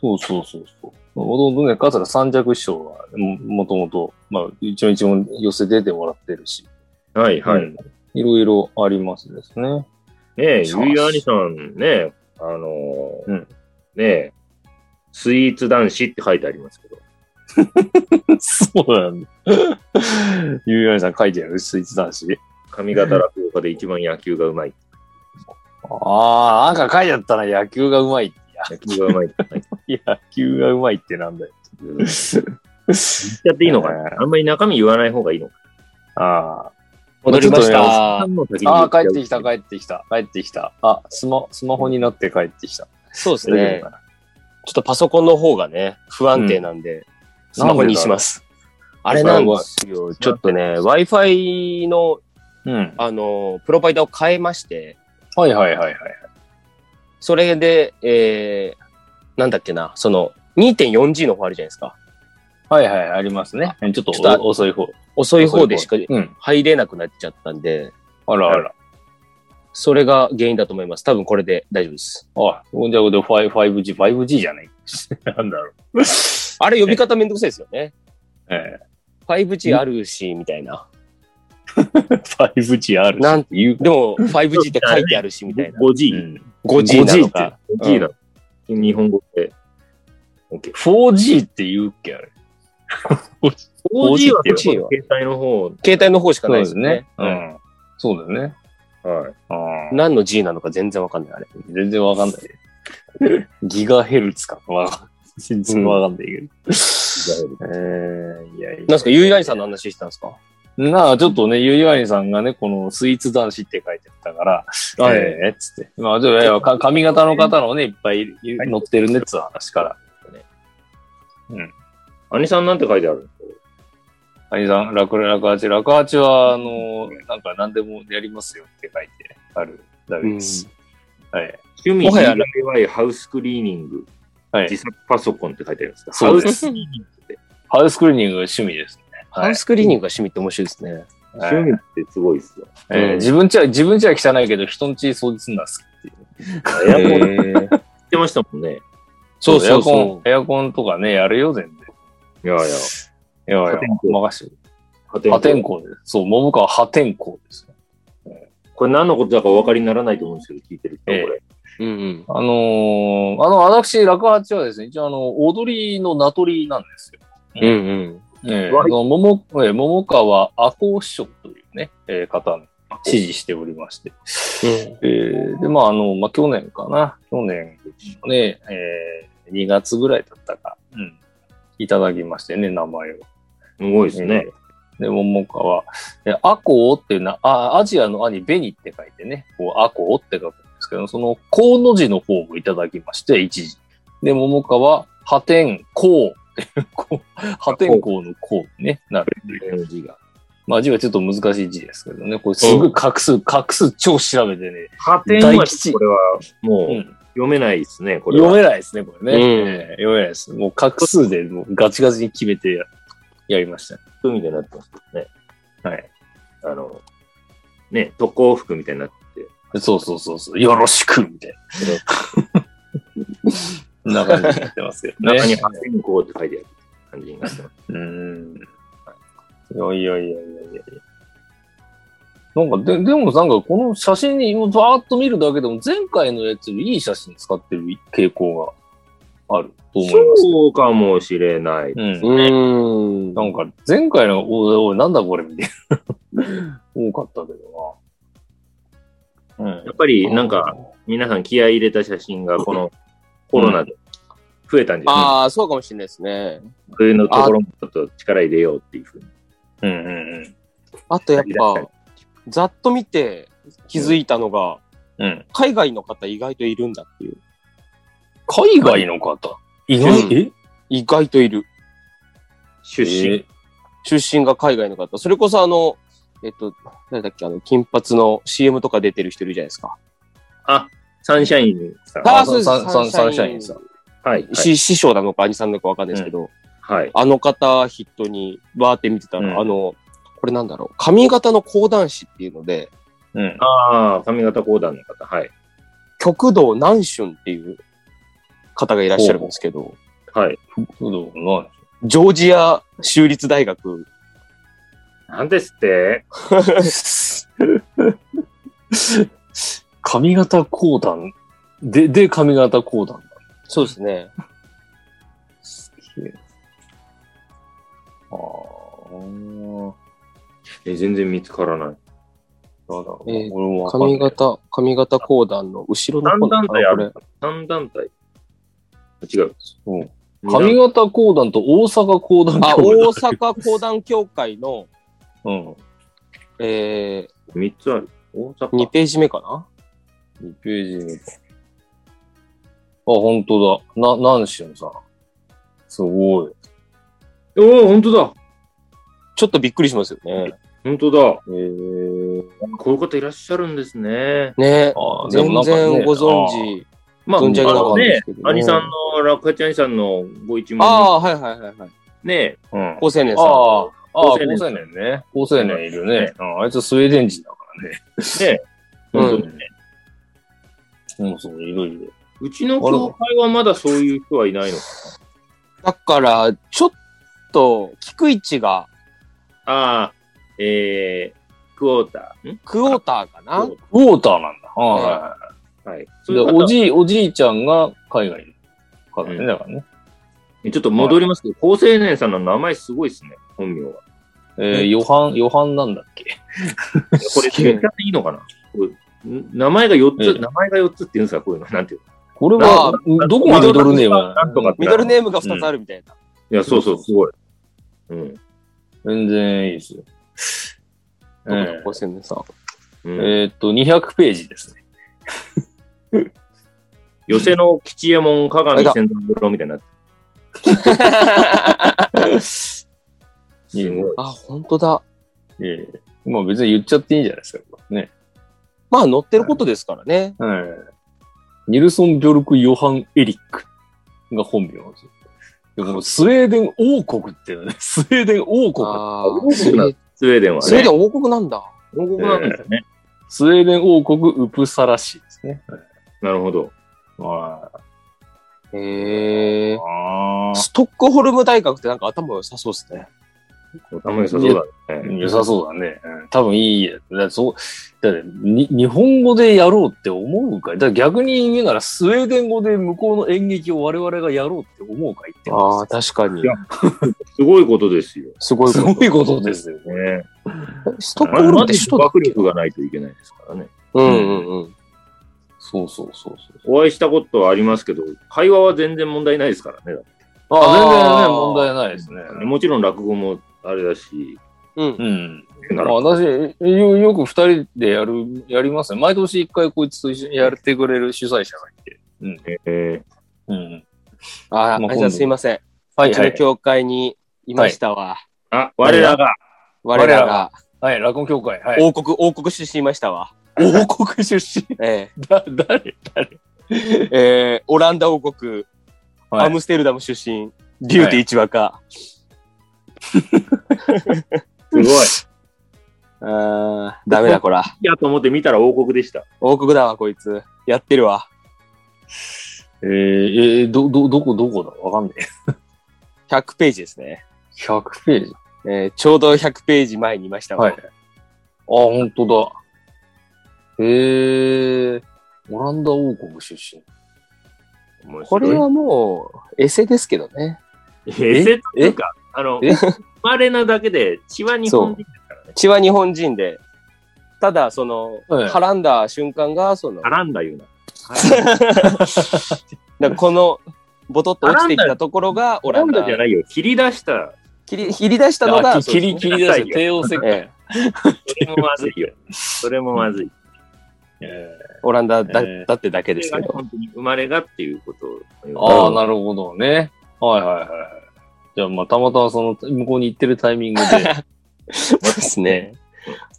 [SPEAKER 1] そうそうそうそう。もともとね、桂三尺師匠はも、もともと、まあ、一応一応寄せ出てもらってるし、
[SPEAKER 3] はいはい。
[SPEAKER 1] うんいろいろありますですね。
[SPEAKER 3] ねえ、
[SPEAKER 1] そう
[SPEAKER 3] ゆいありさんね、あのー
[SPEAKER 1] うん
[SPEAKER 3] ねえ、スイーツ男子って書いてありますけど。
[SPEAKER 1] そうなんだ。ゆうやりさん書いてある、スイーツ男子。
[SPEAKER 3] 髪型落語家で一番野球がうまい。
[SPEAKER 1] ああ、なんか書いてあったな、野球がうまい。
[SPEAKER 3] 野球がうまいって書いて
[SPEAKER 1] いや野球がうまいってなんだ よ。
[SPEAKER 3] ある。言っちゃっていいのか
[SPEAKER 1] ねえ
[SPEAKER 3] なあんまり中身言わない方がいいのか
[SPEAKER 1] あ
[SPEAKER 2] 戻りまし
[SPEAKER 1] あ
[SPEAKER 2] た。
[SPEAKER 1] あ。ああ、帰って
[SPEAKER 3] き
[SPEAKER 1] きた、帰ってきた、帰ってきた。あ、スマ、スマホになって帰ってきた。
[SPEAKER 2] そうです
[SPEAKER 1] 大
[SPEAKER 2] ね
[SPEAKER 1] 丈夫。か
[SPEAKER 2] ちょっとパソコンの方がね、不安定なんで、スマホにします。あれなんですよ。ちょっとね、Wi-Fi の、
[SPEAKER 1] なうん。
[SPEAKER 2] あの、プロバイダーを変えまして、
[SPEAKER 1] はいはいはいはい。
[SPEAKER 2] それで、えー、なんだっけな、その、2.4G の方あるじゃないですか。
[SPEAKER 1] はいはい、ありますね。ちょっと
[SPEAKER 2] ちょっと
[SPEAKER 1] お遅い方。
[SPEAKER 2] 遅い方でしか
[SPEAKER 1] うん。
[SPEAKER 2] 入れなくなっちゃったんで、
[SPEAKER 1] あらあら。
[SPEAKER 2] それが原因だと思います。多分これで大丈夫です。
[SPEAKER 1] あ、ほんじゃ、これで 5- 5G、5G じゃ ない。なんだろう。
[SPEAKER 2] あれ、呼び方めんどくさいですよね。
[SPEAKER 1] え
[SPEAKER 2] 5G あるし、みたいな。
[SPEAKER 1] え 5G ある。
[SPEAKER 2] なん
[SPEAKER 1] ていう
[SPEAKER 2] でも、5G って書いてあるし、みたい な。
[SPEAKER 3] 5G。
[SPEAKER 2] 5G なのか。
[SPEAKER 3] 5G だ。日本語で。
[SPEAKER 1] 4G って言うっけあれ。
[SPEAKER 3] 4G は
[SPEAKER 1] 4G
[SPEAKER 2] っていうのは
[SPEAKER 3] 携帯の方。
[SPEAKER 2] 携帯の方しかないですよね。
[SPEAKER 1] うん。そうだよね。
[SPEAKER 3] はい。
[SPEAKER 1] あ
[SPEAKER 2] 何の G なのか全然わかんない、あれ。
[SPEAKER 1] 全然わかんない。ギガヘルツか。わかん全然わかんないけど。えーいやいや。
[SPEAKER 2] なんですか、ゆいらいさんの話してたんですか
[SPEAKER 1] なあ、ちょっとね、ゆいわりさんがね、このスイーツ男子って書いてあったから、
[SPEAKER 3] はい
[SPEAKER 1] ええつって。まあ、ちょっといや、か髪型の方のね、いっぱいい載ってるねっつう話から。
[SPEAKER 3] 兄さんなんて書いてある
[SPEAKER 1] アニさん、楽楽八、楽八は、あの、なんか何でもやりますよって書いてあるだけです。はい。
[SPEAKER 3] 趣味
[SPEAKER 2] もはや
[SPEAKER 3] DIY ハウスクリーニング、
[SPEAKER 1] はい
[SPEAKER 3] 自作パソコンって書いてあるんですか
[SPEAKER 1] そうです
[SPEAKER 3] ハウスクリーニングって。
[SPEAKER 1] ハウスクリーニングが趣味ですね。
[SPEAKER 2] ハ
[SPEAKER 1] はい
[SPEAKER 2] ウ。スクリーニングが趣味って面白いですね。
[SPEAKER 1] はい
[SPEAKER 3] 趣味ってすごいっすよ。
[SPEAKER 1] えー自分ちは、自分ちは汚いけど、人んち掃除するのは好きっていう。
[SPEAKER 3] エアコン言ってましたもんね。
[SPEAKER 2] そうそう
[SPEAKER 1] エアコ
[SPEAKER 2] そ
[SPEAKER 1] ン、エアコンとかね、やるよ、全然。
[SPEAKER 3] いやいや。
[SPEAKER 1] いやいや
[SPEAKER 3] 破天、荒
[SPEAKER 1] 任して。
[SPEAKER 3] 破
[SPEAKER 1] 破天荒です。そう、モブカは破天荒ですね。
[SPEAKER 3] これ何のことだかお分かりにならないと思うんですけど、聞いてる人、
[SPEAKER 1] ええ
[SPEAKER 3] これ。
[SPEAKER 2] う。うんうん。
[SPEAKER 1] あのーあの、私、楽八はですね、一応あの、踊りの名取りなんですよ。
[SPEAKER 2] うんうん。
[SPEAKER 1] ええ
[SPEAKER 3] わい
[SPEAKER 1] あの桃えー桃川赤穂師匠というね、えー方に支持しておりまして。えーで、まあ、あの、まあ、去年かな。去年ね、えー、2月ぐらいだったか。うん。いただきましてね、名前を。
[SPEAKER 3] すごいですね。
[SPEAKER 1] で、桃川。で、アコーっていうな、あアジアのアにベニって書いてね、こう、アコーって書くんですけど、その、コーの字の方もいただきまして、一時。で、桃川、破天荒っていう、こう、破天荒の荒にね、なる。
[SPEAKER 3] NG が
[SPEAKER 1] まあ、字はちょっと難しい字ですけどね、これすごい画数、画数超調べてね、
[SPEAKER 3] 破天荒
[SPEAKER 1] 大
[SPEAKER 3] って
[SPEAKER 1] 吉
[SPEAKER 3] これはも
[SPEAKER 1] う
[SPEAKER 3] うん読めないですね、これ
[SPEAKER 1] 読
[SPEAKER 3] は。
[SPEAKER 1] めないですね、これね。
[SPEAKER 2] うん
[SPEAKER 1] ええ読めないです。もう画数でもうガチガチに決めてややりましたね。
[SPEAKER 3] 服みたいになってますけどね。
[SPEAKER 1] はい。
[SPEAKER 3] あの、ね、渡航服みたいになってて。
[SPEAKER 1] そうそうそうそう、よろしくみたいな。こんな感じになってますけどね。
[SPEAKER 3] 中に破天荒って書いてある感じになってます。
[SPEAKER 1] うーん。いやいやいやいやいやなんかで、でもなんかこの写真にをバーッと見るだけでも前回のやつよりいい写真使ってる傾向があると思いますね、
[SPEAKER 3] そうかもしれない。
[SPEAKER 1] うん。
[SPEAKER 2] うん。
[SPEAKER 1] なんか前回の、おいおい、なんだこれみたいな。 多かったけどな。
[SPEAKER 3] やっぱりなんか、、皆さん気合い入れた写真がこのコロナで増えたんじゃない
[SPEAKER 2] ああ、そうかもしれないですね。
[SPEAKER 3] ですか冬のところもちょっと力入れようっていうふうに。
[SPEAKER 1] うんうんうん。
[SPEAKER 2] あとやっぱ、ざっと見て気づいたのが、
[SPEAKER 1] うん、
[SPEAKER 2] 海外の方意外といるんだっていう。
[SPEAKER 1] 海外の方意外、
[SPEAKER 2] うん
[SPEAKER 1] え
[SPEAKER 2] 意外といる。
[SPEAKER 3] 出身。
[SPEAKER 2] 出身が海外の方。それこそあの、えっと、なんだっけ、あの、金髪の CM とか出てる人いるじゃないですか。
[SPEAKER 3] あ、サンシャインさん。
[SPEAKER 1] あ
[SPEAKER 3] は
[SPEAKER 1] ーそうです
[SPEAKER 2] サン
[SPEAKER 1] サンサンシャインさん
[SPEAKER 3] い。はい
[SPEAKER 2] し師匠なのか兄さんなのかわかんないですけど、
[SPEAKER 3] はい。
[SPEAKER 2] あの方ヒットにバーって見てたら、
[SPEAKER 1] うん
[SPEAKER 2] あの、これなんだろう、髪型の講談師っていうので、
[SPEAKER 1] うん。
[SPEAKER 3] ああ、髪型講談の方。はい。
[SPEAKER 2] 極道南春っていう方がいらっしゃるんですけど、
[SPEAKER 3] はい。
[SPEAKER 1] そうだもんな。
[SPEAKER 2] ジョージア州立大 学。
[SPEAKER 3] なんですって
[SPEAKER 1] 髪型講談で、で髪型講談だ。
[SPEAKER 2] そうですね。
[SPEAKER 1] すげえ。あー
[SPEAKER 3] え、全然見つからない。
[SPEAKER 1] なんだろう
[SPEAKER 2] えー
[SPEAKER 1] 俺もわかんない
[SPEAKER 2] 髪。型、髪型講談の後ろの
[SPEAKER 3] 三
[SPEAKER 2] 方な
[SPEAKER 3] 団
[SPEAKER 2] のか
[SPEAKER 3] 体
[SPEAKER 2] な
[SPEAKER 3] あ
[SPEAKER 2] こ
[SPEAKER 3] る
[SPEAKER 2] れ。。
[SPEAKER 3] 三団体。違う。
[SPEAKER 1] うん髪型講談と大阪講談
[SPEAKER 2] あ、大
[SPEAKER 1] 協会
[SPEAKER 2] 阪講談協会の、
[SPEAKER 1] うん。
[SPEAKER 2] え
[SPEAKER 3] 三つある。大
[SPEAKER 2] ー、2
[SPEAKER 3] 阪。
[SPEAKER 2] ページ目かな
[SPEAKER 1] 2ページ目か。あ、本当だ。な、ナンシオンさん。すごい。
[SPEAKER 3] おお、本当だ。
[SPEAKER 2] ちょっとびっくりしますよね。
[SPEAKER 3] 本当だ。
[SPEAKER 1] えー、
[SPEAKER 3] こういう方いらっしゃるんですね。
[SPEAKER 2] ね
[SPEAKER 1] あーでもな
[SPEAKER 2] 全
[SPEAKER 1] んかね
[SPEAKER 2] 然ご存知。
[SPEAKER 3] まあ、あ
[SPEAKER 2] 存じ上げなかっ
[SPEAKER 3] の
[SPEAKER 2] たんで
[SPEAKER 3] ね
[SPEAKER 2] すけど、ね
[SPEAKER 3] 兄さんの、ラッカチャニさんのご一問
[SPEAKER 2] ああー、はいはいはいはい。
[SPEAKER 3] にね、
[SPEAKER 1] あーうん
[SPEAKER 2] 高青年さん。
[SPEAKER 1] あー、あ
[SPEAKER 3] 高
[SPEAKER 1] 高
[SPEAKER 3] 青年
[SPEAKER 1] 青年ね。高青年いるね。うんあいつスウェーデン人だからね。
[SPEAKER 3] ね、
[SPEAKER 2] うん
[SPEAKER 3] 本当にね。
[SPEAKER 1] うん、そう、いろいろ。
[SPEAKER 3] うちの教会はまだそういう人はいないのか
[SPEAKER 2] だから、ちょっと、菊池が、
[SPEAKER 3] な。ああ、えー、クォーター。ん
[SPEAKER 2] クォーターかな
[SPEAKER 3] クォー
[SPEAKER 1] ウォーターなんだ。は
[SPEAKER 3] はい。
[SPEAKER 1] い。
[SPEAKER 3] そうい
[SPEAKER 1] で、
[SPEAKER 3] う方
[SPEAKER 1] おじい、おじいちゃんが海外から
[SPEAKER 3] う
[SPEAKER 1] ね、
[SPEAKER 3] ん
[SPEAKER 1] だからね。
[SPEAKER 3] ちょっと戻りますけど、高青年さんの名前すごいですね、本名は。
[SPEAKER 1] えー、ヨハン、ヨハンなんだっけ
[SPEAKER 3] これ、
[SPEAKER 2] すげえ
[SPEAKER 3] 言っちゃっていいのかなこれん名前が4つ、
[SPEAKER 1] ええ
[SPEAKER 3] 名前が4つって言うんですか、こういうの。なんていう
[SPEAKER 1] これは、どこがミドルネームな
[SPEAKER 3] なんとか
[SPEAKER 1] の
[SPEAKER 2] ミドルネームが2つあるみたいな。
[SPEAKER 3] のいや、そうそう、すごい。うん。
[SPEAKER 1] 全然いいですよ。え
[SPEAKER 2] どこだ高青年さん。
[SPEAKER 3] うん
[SPEAKER 1] ーえーっと、200ページですね。
[SPEAKER 3] 寄せの吉右衛門、鏡千三郎みたいになって。すごい。
[SPEAKER 2] あ、本当だ。
[SPEAKER 1] ええまあ別に言っちゃっていいんじゃないですか。これね。
[SPEAKER 2] まあ、乗ってることですからね。
[SPEAKER 1] ええニルソン・ビョルク・ヨハン・エリックが本名なんですよ。でもスウェーデン王国っていうのね、 スウェーデン王国。
[SPEAKER 2] あ
[SPEAKER 3] 王
[SPEAKER 2] あ、スウ
[SPEAKER 3] 国な
[SPEAKER 2] ェ
[SPEAKER 3] んスウェーデンは
[SPEAKER 2] ーデン
[SPEAKER 3] ね。
[SPEAKER 2] 王国なんだ。
[SPEAKER 3] 王国なんですよね。
[SPEAKER 1] スウェーデン王国ウプサラ市ですね。
[SPEAKER 3] なるほど。
[SPEAKER 1] はい。
[SPEAKER 2] へえ。
[SPEAKER 1] あ
[SPEAKER 2] ストックホルム大学ってなんか頭良さそうですね。
[SPEAKER 3] 頭良さそうだ
[SPEAKER 1] あ。
[SPEAKER 3] ね。
[SPEAKER 1] 良さそうだね。うん多分いいや。だってそう、だってに日本語でやろうって思うかいだから逆に言うならスウェーデン語で向こうの演劇を我々がやろうって思うかいって
[SPEAKER 2] あ
[SPEAKER 1] 話
[SPEAKER 2] あ、確かに
[SPEAKER 3] い。やすごいことですよ。
[SPEAKER 2] すごい
[SPEAKER 1] す
[SPEAKER 2] こ
[SPEAKER 1] ごいことですよね。
[SPEAKER 3] ね。
[SPEAKER 2] と。ストックホルムって首都だっ
[SPEAKER 3] 学
[SPEAKER 2] け
[SPEAKER 3] 力がないといけないですからね。
[SPEAKER 2] うんうんうん。
[SPEAKER 1] そうそうそうそう。
[SPEAKER 3] お会いしたことはありますけど、会話は全然問題ないですからね。
[SPEAKER 1] あ
[SPEAKER 2] あ
[SPEAKER 1] あ、全
[SPEAKER 2] ー
[SPEAKER 1] 然ね、問題ないですね。
[SPEAKER 3] もちろん落語もあれだし、
[SPEAKER 2] うん。
[SPEAKER 1] うん。ま
[SPEAKER 3] な
[SPEAKER 1] あ
[SPEAKER 3] ら
[SPEAKER 1] 私よ、よく二人でやる、やりますね。毎年一回こいつと一緒にやってくれる主催者がいて。
[SPEAKER 3] え
[SPEAKER 1] うん。
[SPEAKER 2] あー
[SPEAKER 1] まあ
[SPEAKER 2] あ、じゃあすいません。
[SPEAKER 1] は
[SPEAKER 2] うちの教会にいましたわ。
[SPEAKER 3] ーあ、我らが、
[SPEAKER 2] 我らが
[SPEAKER 1] はい、落語協会。はい。
[SPEAKER 2] 王国、王国出身いましたわ。
[SPEAKER 1] 王国出身
[SPEAKER 2] え
[SPEAKER 1] だ、誰誰
[SPEAKER 2] ええーオランダ王国、
[SPEAKER 1] はい
[SPEAKER 2] アムステルダム出身、リューテ一和か。
[SPEAKER 3] すごい。
[SPEAKER 2] あーダメだこら。
[SPEAKER 3] いやと思って見たら王国でした。
[SPEAKER 2] 王国だわ、こいつ。やってるわ。
[SPEAKER 1] えー、えー、ど、ど、どこ、どこだわかんない。
[SPEAKER 2] 100ページですね。
[SPEAKER 1] 100ページ。
[SPEAKER 2] えーちょうど100ページ前にいましたわ。
[SPEAKER 1] はい。あ、ほんとだ。へえー、オランダ王国出身。
[SPEAKER 3] 面白い
[SPEAKER 2] これ、はもう、エセですけどね。
[SPEAKER 3] エセというか、あの、
[SPEAKER 2] え
[SPEAKER 3] 生まれなだけで、血は日本人ですからね。
[SPEAKER 2] 血は日本人で、ただ、その、
[SPEAKER 1] はい
[SPEAKER 2] はらんだ瞬間が、その、
[SPEAKER 3] 絡んだような。
[SPEAKER 2] なんかこの、ボトッと落ちてきたところが、オラ
[SPEAKER 3] 絡
[SPEAKER 2] ン
[SPEAKER 3] ん
[SPEAKER 2] ダ
[SPEAKER 3] だじゃ。ないよ。切り出した。
[SPEAKER 2] 切り切り出したのが、
[SPEAKER 1] あ切り、切り出すよ。帝王切開。
[SPEAKER 2] ええ
[SPEAKER 3] それもまず いよ。それもまずい。
[SPEAKER 1] え
[SPEAKER 2] オランダだ,、
[SPEAKER 1] ええ
[SPEAKER 2] だってだけで
[SPEAKER 3] そ
[SPEAKER 2] す
[SPEAKER 3] れが
[SPEAKER 2] けど。
[SPEAKER 3] ね本当に生まれがっていうことを言う
[SPEAKER 1] ー
[SPEAKER 3] と
[SPEAKER 1] ああ、なるほどね。はいはいはいはい。じゃあ、まあ、たまたまその、向こうに行ってるタイミングで。
[SPEAKER 2] そうですね。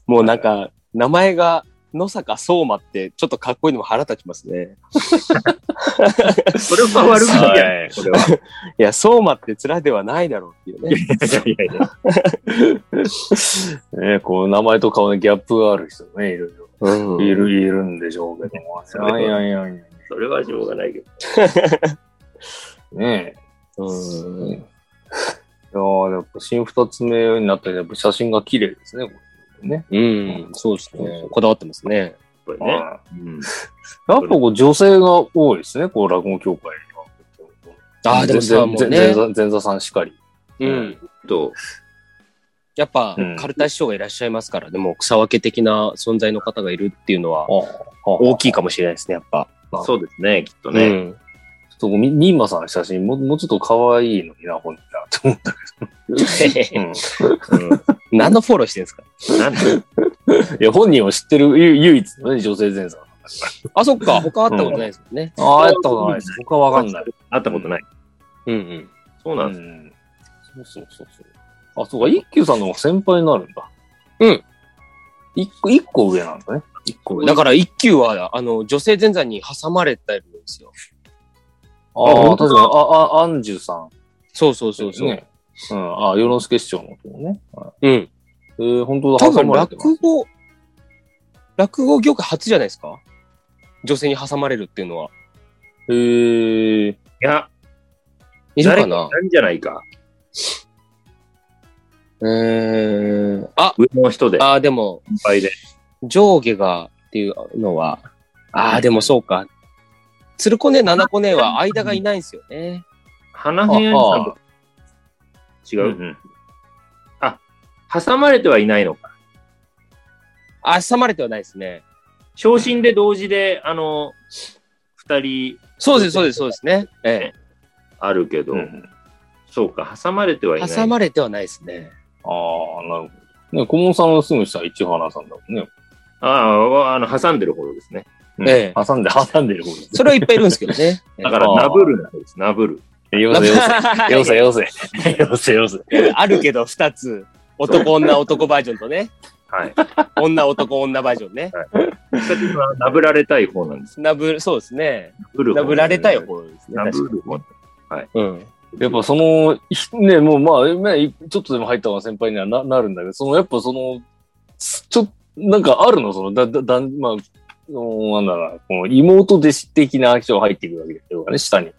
[SPEAKER 2] もうなんか、名前が、野坂相馬って、ちょっとかっこいいのも腹立ちますね。
[SPEAKER 3] それは悪くないや
[SPEAKER 1] はい
[SPEAKER 3] ん。これは。
[SPEAKER 2] いや、相馬って面ではないだろうっていうね。
[SPEAKER 3] いやいやいや。
[SPEAKER 1] ね、こう、名前と顔のギャップがある人ね、いろいろ。
[SPEAKER 2] うん
[SPEAKER 1] いる、いるんでしょうけども。
[SPEAKER 3] れは
[SPEAKER 1] や
[SPEAKER 3] い
[SPEAKER 1] いやいやいや。
[SPEAKER 3] それはしょうがないけど。
[SPEAKER 1] ねうん。いやーやっぱ新二つ目になったら、やっぱ写真が綺麗ですね、これね。
[SPEAKER 2] うん、そうですね。こだわってますね。
[SPEAKER 3] ぱり
[SPEAKER 1] ね
[SPEAKER 3] ね。
[SPEAKER 1] や
[SPEAKER 3] う
[SPEAKER 1] っ
[SPEAKER 3] ん。
[SPEAKER 1] ぱこう女性が多いですね、こう落語協会には。
[SPEAKER 2] ああ、でもさ、もう
[SPEAKER 1] 前
[SPEAKER 2] ね、
[SPEAKER 1] 座前座さんしかり。
[SPEAKER 2] うん。
[SPEAKER 3] と、
[SPEAKER 2] やっぱ
[SPEAKER 1] うん、
[SPEAKER 2] カルタ師匠がいらっしゃいますから、でも草分け的な存在の方がいるっていうのは
[SPEAKER 1] ああ、
[SPEAKER 2] 大きいかもしれないですね、やっぱ。
[SPEAKER 1] あ
[SPEAKER 3] そうですね、きっと
[SPEAKER 2] う
[SPEAKER 3] ね。
[SPEAKER 2] ん。
[SPEAKER 1] ちょっとみ、ミンマさんの写真、ももうちょっと可愛いのにな、ほんとなって思ったけど。
[SPEAKER 2] 何のフォローしてるんですか
[SPEAKER 3] なんで
[SPEAKER 1] いや、本人を知ってるゆ唯一のね、女性前座。
[SPEAKER 2] あ、そっか。他あったことないですもんね。
[SPEAKER 1] ああ、やったことないです。僕はわかんない。
[SPEAKER 3] 会ったことない。
[SPEAKER 2] うんうん。
[SPEAKER 3] そ
[SPEAKER 1] う
[SPEAKER 3] うなんです。
[SPEAKER 1] ん。そうそうそうそう。あ、そうか、一休さんの方が先輩になるんだ。
[SPEAKER 2] うん。
[SPEAKER 1] 一個、一個上なんだね。
[SPEAKER 3] 一個
[SPEAKER 2] だから一級は、あの、女性前座に挟まれてるんですよ。
[SPEAKER 1] ああ、
[SPEAKER 3] 本
[SPEAKER 1] 確
[SPEAKER 3] 当
[SPEAKER 1] かに、あ、あ、アンジュさん。
[SPEAKER 2] そうそうそうそう。
[SPEAKER 1] ね。うん。あ、世之助市長の方ね。はい
[SPEAKER 2] うん。
[SPEAKER 1] えー、本当だ、
[SPEAKER 2] 多
[SPEAKER 1] 挟
[SPEAKER 2] 分
[SPEAKER 1] まれてます
[SPEAKER 2] 落語、落語業界初じゃないですか女性に挟まれるっていうのは。
[SPEAKER 1] えー、
[SPEAKER 3] いや、
[SPEAKER 2] いるかな
[SPEAKER 3] なんじゃないか。
[SPEAKER 2] えー、あ、
[SPEAKER 3] 上の人で、いっ
[SPEAKER 2] あー、でも、
[SPEAKER 3] ぱいで。
[SPEAKER 2] 上下がっていうのは、ああ、でもそうか。鶴子ね、七子ねは間がいないんですよね。
[SPEAKER 3] 花部屋に
[SPEAKER 1] ああ
[SPEAKER 3] 違う、あ、挟まれてはいないのか。
[SPEAKER 2] あ、挟まれてはないですね。
[SPEAKER 3] 昇進で同時で、あの、二人
[SPEAKER 2] そうです、そうです、そうですね。え
[SPEAKER 3] あるけど、
[SPEAKER 1] うん。
[SPEAKER 3] そうか、挟まれてはい
[SPEAKER 2] え。
[SPEAKER 3] ない。
[SPEAKER 2] 挟まれてはないですね。
[SPEAKER 1] ああ、なるほど。ね、顧問さんのすぐ下は市原さんだもんね。
[SPEAKER 3] ああ、あの、挟んでる方ですね。
[SPEAKER 2] ええ
[SPEAKER 1] 挟んで、挟んでる方です。
[SPEAKER 2] それはいっぱいいるんですけど ね。
[SPEAKER 3] だから、
[SPEAKER 1] ああ
[SPEAKER 3] なぶるなです。なぶる。
[SPEAKER 1] よせよせ。よせよせ。よせよせ。
[SPEAKER 2] あるけど、二つ。男、女、男バージョンとね。
[SPEAKER 3] はい。
[SPEAKER 2] 女、男、女バージョンね。
[SPEAKER 3] なぶられたい方なんです。
[SPEAKER 2] なぶ、そうですね。
[SPEAKER 3] なぶる方
[SPEAKER 2] なぶられたい方ですね。
[SPEAKER 3] なぶ
[SPEAKER 2] 確か
[SPEAKER 3] る方。
[SPEAKER 2] に。うん。
[SPEAKER 1] やっぱその、ひね、もうまあ、ね、ちょっとでも入った方が先輩にはななるんだけど、その、やっぱその、すちょ、なんかあるのその、だ、だ、だん、まあ、そのなんだろうな、この妹弟子的な人が入ってくるわけだよね、下に。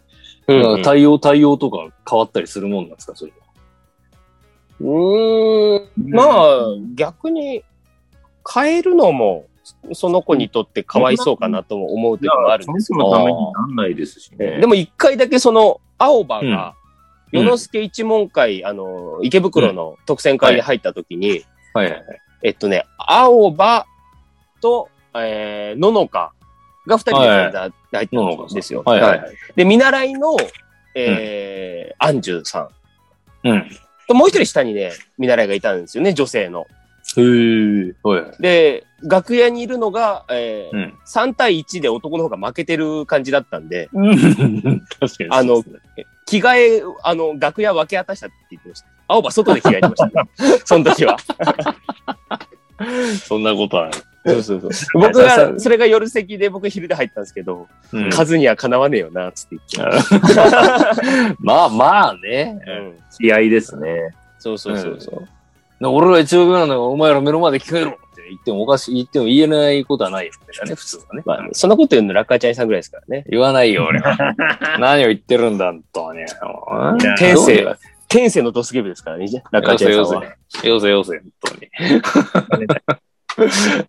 [SPEAKER 1] なんか対応、対応とか変わったりするもんなんですか、それは。
[SPEAKER 2] うーん、まあ、逆に変えるのも、そその子にとってかわいそうかなとも思う時
[SPEAKER 3] じゃ
[SPEAKER 2] もあ
[SPEAKER 3] あ、
[SPEAKER 2] る
[SPEAKER 3] そ
[SPEAKER 2] ん
[SPEAKER 3] も
[SPEAKER 2] ですけ
[SPEAKER 3] そもために
[SPEAKER 2] ど、
[SPEAKER 3] なんないですしね。
[SPEAKER 2] でも一回だけその、青葉が、
[SPEAKER 1] うん
[SPEAKER 2] 世之助一門会、あの、池袋の特選会で入った時に、
[SPEAKER 1] はいはいはい。
[SPEAKER 2] えっとね、青葉と、えー、ののかが二人で
[SPEAKER 1] はい
[SPEAKER 2] 入ったんですよ。
[SPEAKER 1] はいはいはい。
[SPEAKER 2] で、見習いの、えー、アンジュさん
[SPEAKER 1] うん。
[SPEAKER 2] と、もう一人下にね、見習いがいたんですよね、女性の。
[SPEAKER 1] へえ、はいはい。
[SPEAKER 2] で、楽屋にいるのが、えー
[SPEAKER 1] うん。
[SPEAKER 2] 3対1で男の方が負けてる感じだったんで、
[SPEAKER 1] 確かに。
[SPEAKER 2] あの、着替え、あの、楽屋分け渡したって言ってました。青葉外で着替えてました、ね。その時は。
[SPEAKER 1] そんなことはない。
[SPEAKER 2] そうそう そう。僕が、それが夜席で僕昼で入ったんですけど、
[SPEAKER 1] うん
[SPEAKER 2] 数にはかなわねえよな、つって言って。
[SPEAKER 1] まあまあね。
[SPEAKER 2] うん
[SPEAKER 3] 気合いですね。
[SPEAKER 2] そうそうそうそう。
[SPEAKER 1] な俺ら一応ぐらいなのお前ら目の前で聞こえろって言ってもおかしい、言っても言えないことはないよね、普通はね。
[SPEAKER 2] まあ、そんなこと言うのラッカーちゃんさんぐらいですからね。
[SPEAKER 1] 言わないよ、 俺は。何を言ってるんだ、とね。もう
[SPEAKER 3] いや
[SPEAKER 2] 天性
[SPEAKER 1] よ、
[SPEAKER 2] 天性のドスケベですからね、ラッカー
[SPEAKER 1] せ
[SPEAKER 2] ちゃん
[SPEAKER 1] よ
[SPEAKER 2] さ
[SPEAKER 1] せ
[SPEAKER 2] んは。。
[SPEAKER 1] よせよせ、本当に。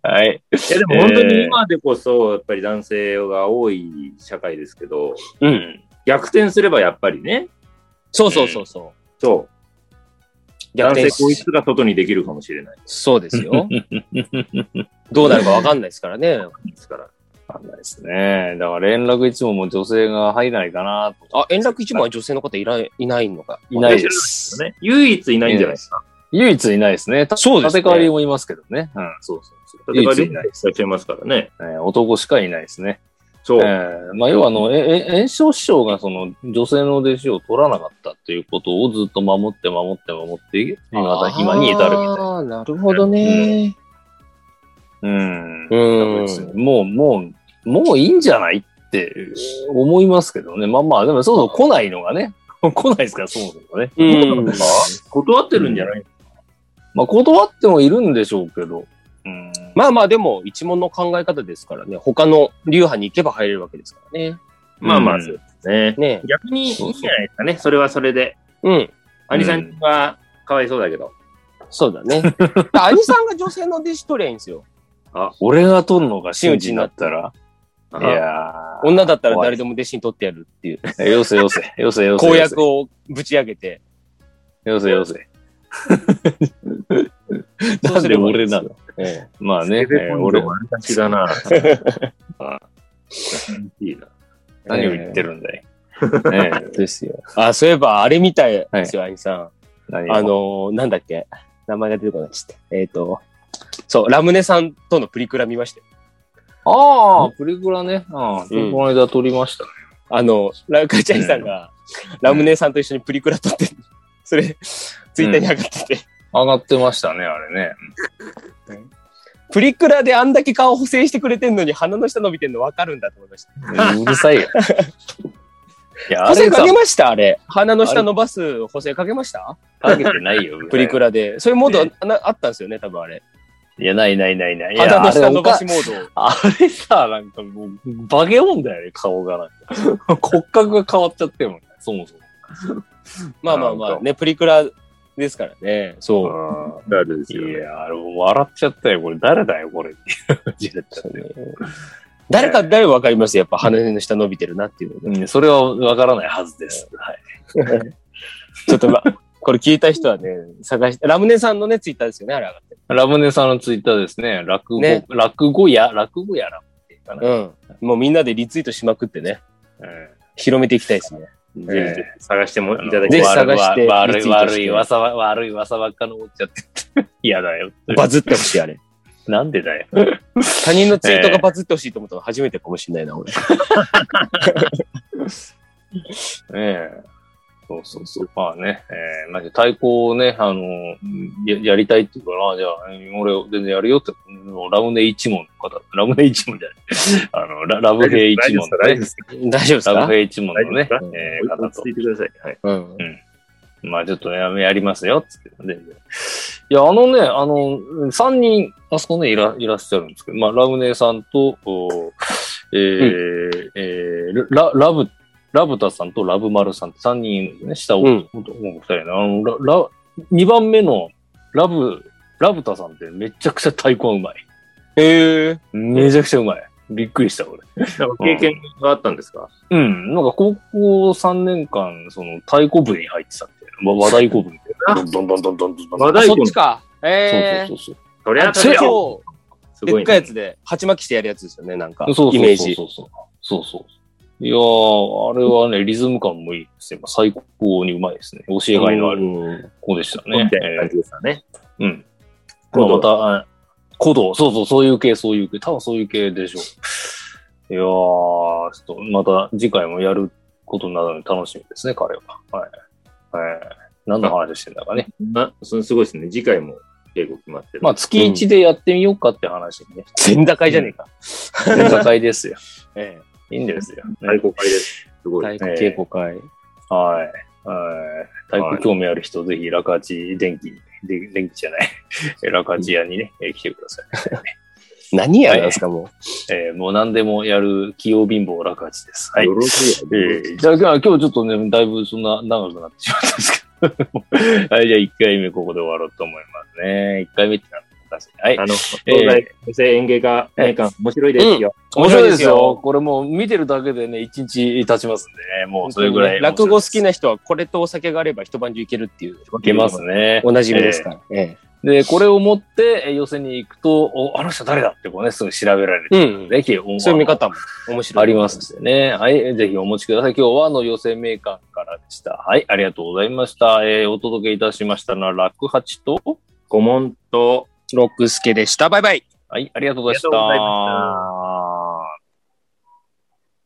[SPEAKER 1] はい。
[SPEAKER 3] いや、でも本当に今でこそ、やっぱり男性が多い社会ですけど、
[SPEAKER 1] うん。
[SPEAKER 3] 逆転すればやっぱりね、
[SPEAKER 2] そうそうそうそう。
[SPEAKER 3] そう、
[SPEAKER 2] 逆
[SPEAKER 3] 男性
[SPEAKER 2] 転
[SPEAKER 3] こいつが外にできるかもしれない
[SPEAKER 2] そうです よ。どうなるかわかんないですからね。
[SPEAKER 3] ですから。
[SPEAKER 1] わかんないですね。だから連絡一問も女性が入らないかなと。
[SPEAKER 2] あ、円楽一門は女性の方いらいないのか。
[SPEAKER 1] いないです。
[SPEAKER 3] ね、唯一いないんじゃないですか。
[SPEAKER 1] 唯一いないですね。た
[SPEAKER 2] そうですね
[SPEAKER 1] 立て替わりもいますけどね。うん、そうそうそう。
[SPEAKER 3] 例えば、
[SPEAKER 1] 唯一
[SPEAKER 3] い
[SPEAKER 1] いな
[SPEAKER 3] ら
[SPEAKER 1] い
[SPEAKER 3] っしゃいますからね。
[SPEAKER 1] えー男しかいないですね。
[SPEAKER 3] そう。
[SPEAKER 1] ええまあ、要はあの、え、え、炎症師匠がその女性の弟子を取らなかったっていうことをずっと守って守って守って、今だ今に至るみたいな。
[SPEAKER 2] ああ、なるほどね。
[SPEAKER 1] うん
[SPEAKER 2] う。ん。
[SPEAKER 1] もう、もう、もういいんじゃないって思いますけどね。まあまあ、でもそもそも来ないのがね。 来ないですから、そもそもね。
[SPEAKER 2] うん。
[SPEAKER 3] 断ってるんじゃない、
[SPEAKER 1] まあ、断ってもいるんでしょうけど。うん。
[SPEAKER 2] まあまあ、でも、一門の考え方ですからね。他の流派に行けば入れるわけですからね。
[SPEAKER 3] まあまあ、
[SPEAKER 1] うん
[SPEAKER 3] そうね。
[SPEAKER 2] ね
[SPEAKER 3] 逆にいいんじゃないですかね。それはそれで。
[SPEAKER 2] うん。
[SPEAKER 3] 兄さんはかわいそうだけど。
[SPEAKER 2] そうだね。 兄さんが女性の弟子取りゃいいんですよ。
[SPEAKER 1] 俺が取るのが真打ちになったら。い
[SPEAKER 3] あ
[SPEAKER 1] や
[SPEAKER 2] 女だったら誰でも弟子に取ってやるっていう
[SPEAKER 1] ー、よせよせ、よせよ せ。
[SPEAKER 2] 公約をぶち上げて。
[SPEAKER 1] よせよせ。
[SPEAKER 2] そう
[SPEAKER 1] なん
[SPEAKER 2] す
[SPEAKER 1] で
[SPEAKER 2] ればいい
[SPEAKER 1] 俺
[SPEAKER 2] ですよ
[SPEAKER 1] なの
[SPEAKER 2] え
[SPEAKER 1] まあね、え
[SPEAKER 3] レベ
[SPEAKER 1] ー
[SPEAKER 3] ルポイン
[SPEAKER 1] 俺
[SPEAKER 3] ト、丸出しだな。
[SPEAKER 1] あ
[SPEAKER 3] いいな。
[SPEAKER 1] 何を言ってるんだい。ね
[SPEAKER 2] えですよ。あ、そういえば、あれみたいですよ、兄さん。
[SPEAKER 1] 何を
[SPEAKER 2] あのー、なんだっけ名前が出てこないちょっと。えっ、と、そう、ラムネさんとのプリクラ見ましたよ。
[SPEAKER 1] ああ、プリクラね。ああ、この間撮りましたね。
[SPEAKER 2] あの、ラカチャイさんが、ラムネさんと一緒にプリクラ撮って、それ、ツイッターに上がってて、
[SPEAKER 1] 上がってましたね、あれね。
[SPEAKER 2] プリクラであんだけ顔補正してくれてんのに鼻の下伸びてんの分かるんだと思いました。
[SPEAKER 1] うるさいよ。 いや、あ
[SPEAKER 2] 補
[SPEAKER 1] れ
[SPEAKER 2] 正
[SPEAKER 1] さ
[SPEAKER 2] かけ、ましたあれ。鼻の下伸ばす補正かけました
[SPEAKER 1] かけてないよ。
[SPEAKER 2] プリクラで。そういうモ
[SPEAKER 1] ね
[SPEAKER 2] ードあなあったんですよね、多分あれ。
[SPEAKER 1] いや、ないないないない。い
[SPEAKER 2] 鼻
[SPEAKER 1] や、あ
[SPEAKER 2] の
[SPEAKER 1] れ
[SPEAKER 2] 下伸
[SPEAKER 1] お
[SPEAKER 2] ば
[SPEAKER 1] か
[SPEAKER 2] しモード。
[SPEAKER 1] あれさ、 なんかもう、化け物だよね、顔がなんか。骨格が変わっちゃってるもんね、そもそも。
[SPEAKER 2] まあまあま
[SPEAKER 1] な
[SPEAKER 2] あ、
[SPEAKER 1] んか
[SPEAKER 2] ね、プリクラですからね。そう。
[SPEAKER 1] う
[SPEAKER 3] あるです
[SPEAKER 1] ん
[SPEAKER 3] よ
[SPEAKER 1] い
[SPEAKER 3] ね。
[SPEAKER 1] や、あれもう笑っちゃったよ、これ。誰だよ、これ。っていう感じになっちゃって
[SPEAKER 2] 誰か誰分かりますやっぱ鼻の下伸びてるなっていうのが
[SPEAKER 1] うんそれはわからないはずです。はい。
[SPEAKER 2] ちょっ とま、これ聞いた人はね、探して、ラムネさんのね、ツイッターですよね、あれ上がって
[SPEAKER 1] ラムネさんのツイッターですね。落語、
[SPEAKER 2] ね
[SPEAKER 1] 落語や、落語やらっていうかな。
[SPEAKER 2] る。うん。もうみんなでリツイートしまくってね、
[SPEAKER 1] え
[SPEAKER 2] 広めていきたいですね。
[SPEAKER 3] ぜひ
[SPEAKER 1] え
[SPEAKER 3] ぜひ探しても
[SPEAKER 1] え
[SPEAKER 3] いただ
[SPEAKER 2] ぜ
[SPEAKER 3] き
[SPEAKER 2] ひ
[SPEAKER 3] ま
[SPEAKER 2] 探して
[SPEAKER 1] 悪
[SPEAKER 2] リ
[SPEAKER 1] い
[SPEAKER 2] ツイートして
[SPEAKER 1] 悪い噂ば、悪い噂ばっかのっちゃって。嫌だよ。
[SPEAKER 2] バズってほしい、あれ。
[SPEAKER 1] なんでだよ。
[SPEAKER 2] 他人のツイートがバズってほしいと思ったの初めてかもしれないな、俺。
[SPEAKER 1] ええそうそうそう。まあね、ええまあ、対抗をね、あの、ややりたいっていうから、あじゃあ、俺全然やるよって、ラムネ一門の方、ラムネ一門じゃない。あの、ララブヘイ一門の
[SPEAKER 3] 大丈夫
[SPEAKER 1] ね
[SPEAKER 3] で、す
[SPEAKER 2] 大丈夫です
[SPEAKER 1] ラ
[SPEAKER 2] か
[SPEAKER 1] ブヘイ一門のね
[SPEAKER 3] 大丈夫、
[SPEAKER 1] ええ
[SPEAKER 3] 落
[SPEAKER 1] 方
[SPEAKER 3] ち
[SPEAKER 1] と
[SPEAKER 3] 着、いてください。はい。
[SPEAKER 2] うん。
[SPEAKER 1] まあちょっとね、やりますよ、つって、全然。いや、あのね、あの、3人、あそこね、いらいらっしゃるんですけど、まあ、ラムネさんと、おえーえーララブ、ラブタさんとラブマルさんって3人ね、下を、
[SPEAKER 2] うん
[SPEAKER 1] ほんともう2人ね、あの、ラ、ラ、2番目のラブ、ラブタさんってめちゃくちゃ太鼓がうまい。
[SPEAKER 2] へえ。
[SPEAKER 1] めちゃくちゃうまい。びっくりした、俺。
[SPEAKER 3] なんか経験があったんですか
[SPEAKER 1] うん、なんか高校3年間、その太鼓部に入ってたみたいな。わ和太鼓部みたいな。どんどんどんどんどんどんどん。
[SPEAKER 3] 和
[SPEAKER 2] あ
[SPEAKER 3] 太
[SPEAKER 2] そっ
[SPEAKER 3] 鼓
[SPEAKER 2] ちか。ええ。
[SPEAKER 1] そうそうそう
[SPEAKER 3] それは
[SPEAKER 1] そう
[SPEAKER 3] す
[SPEAKER 2] 超
[SPEAKER 3] ご
[SPEAKER 2] で
[SPEAKER 3] い
[SPEAKER 2] っかいや
[SPEAKER 3] ね。
[SPEAKER 2] つで、鉢巻きしてやるやつですよね、なんか。
[SPEAKER 1] そう。そう
[SPEAKER 2] イメージ。
[SPEAKER 1] そうそうそう。そうそういやー、あれはね、リズム感もいいですね。まあ最高にうまいですね。教えがいのある
[SPEAKER 2] うん
[SPEAKER 1] 子でしたね
[SPEAKER 3] み。たいな感じですかね。
[SPEAKER 1] えーうん。ま
[SPEAKER 3] 今
[SPEAKER 1] あ、
[SPEAKER 3] 度
[SPEAKER 1] また、あ鼓動、そうそう、そういう系、そういう系、多分そういう系でしょう。いやー、ちょっとまた次回もやることになるので楽しみですね、彼は。はい。えー何の話してんだかね。
[SPEAKER 3] なそのすごいですね。次回も稽古決まってる。
[SPEAKER 1] まあ、月1でやってみようかって話 ね。
[SPEAKER 2] 全高いじゃね えか。
[SPEAKER 1] 戦いですよ。
[SPEAKER 2] ええ。
[SPEAKER 1] いいんですよ。
[SPEAKER 3] 太鼓会です。すごい。
[SPEAKER 2] 太鼓稽古会。
[SPEAKER 1] はい。はい。太鼓興味ある人、ぜひ、ラカチ電気、で電気じゃない、えラカチ屋にね、えー来てください。
[SPEAKER 2] 何やなんですか、もう。
[SPEAKER 1] えーもう何でもやる器用貧乏ラカチです。はい。
[SPEAKER 3] よろしい
[SPEAKER 1] えーじゃあ今日は今日ちょっとね、だいぶそんな長くなってしまったんですけど、 はい、じゃあ1回目ここで終わろうと思いますね。1回目ってなんかおかしい。はい。
[SPEAKER 3] あの、東大女性演芸家年間面白いですよ。
[SPEAKER 1] 面白いですよ。。これもう見てるだけでね、1日経ちますんでね、もうそれぐらい。
[SPEAKER 2] 落語好き
[SPEAKER 1] な。
[SPEAKER 2] な人はこれとお酒があれば一晩中いけるっていう。
[SPEAKER 1] いけますね。
[SPEAKER 2] おなじみですから。え
[SPEAKER 1] で、これを持ってえー寄せに行くと、おあの人誰だってこうね、すぐ調べられる。
[SPEAKER 2] え。うん。
[SPEAKER 1] ぜひお、
[SPEAKER 2] そういう見方も面白い。
[SPEAKER 1] ありますんでね。はい、ぜひお持ちください。今日はあの寄せ名館からでした。はい、ありがとうございました。えーお届けいたしましたのは、楽八と、
[SPEAKER 3] 顧問と、
[SPEAKER 2] ロックスケでした。バイバイ。
[SPEAKER 1] はい、ありがとうございまし
[SPEAKER 3] ありがとうござい
[SPEAKER 1] た。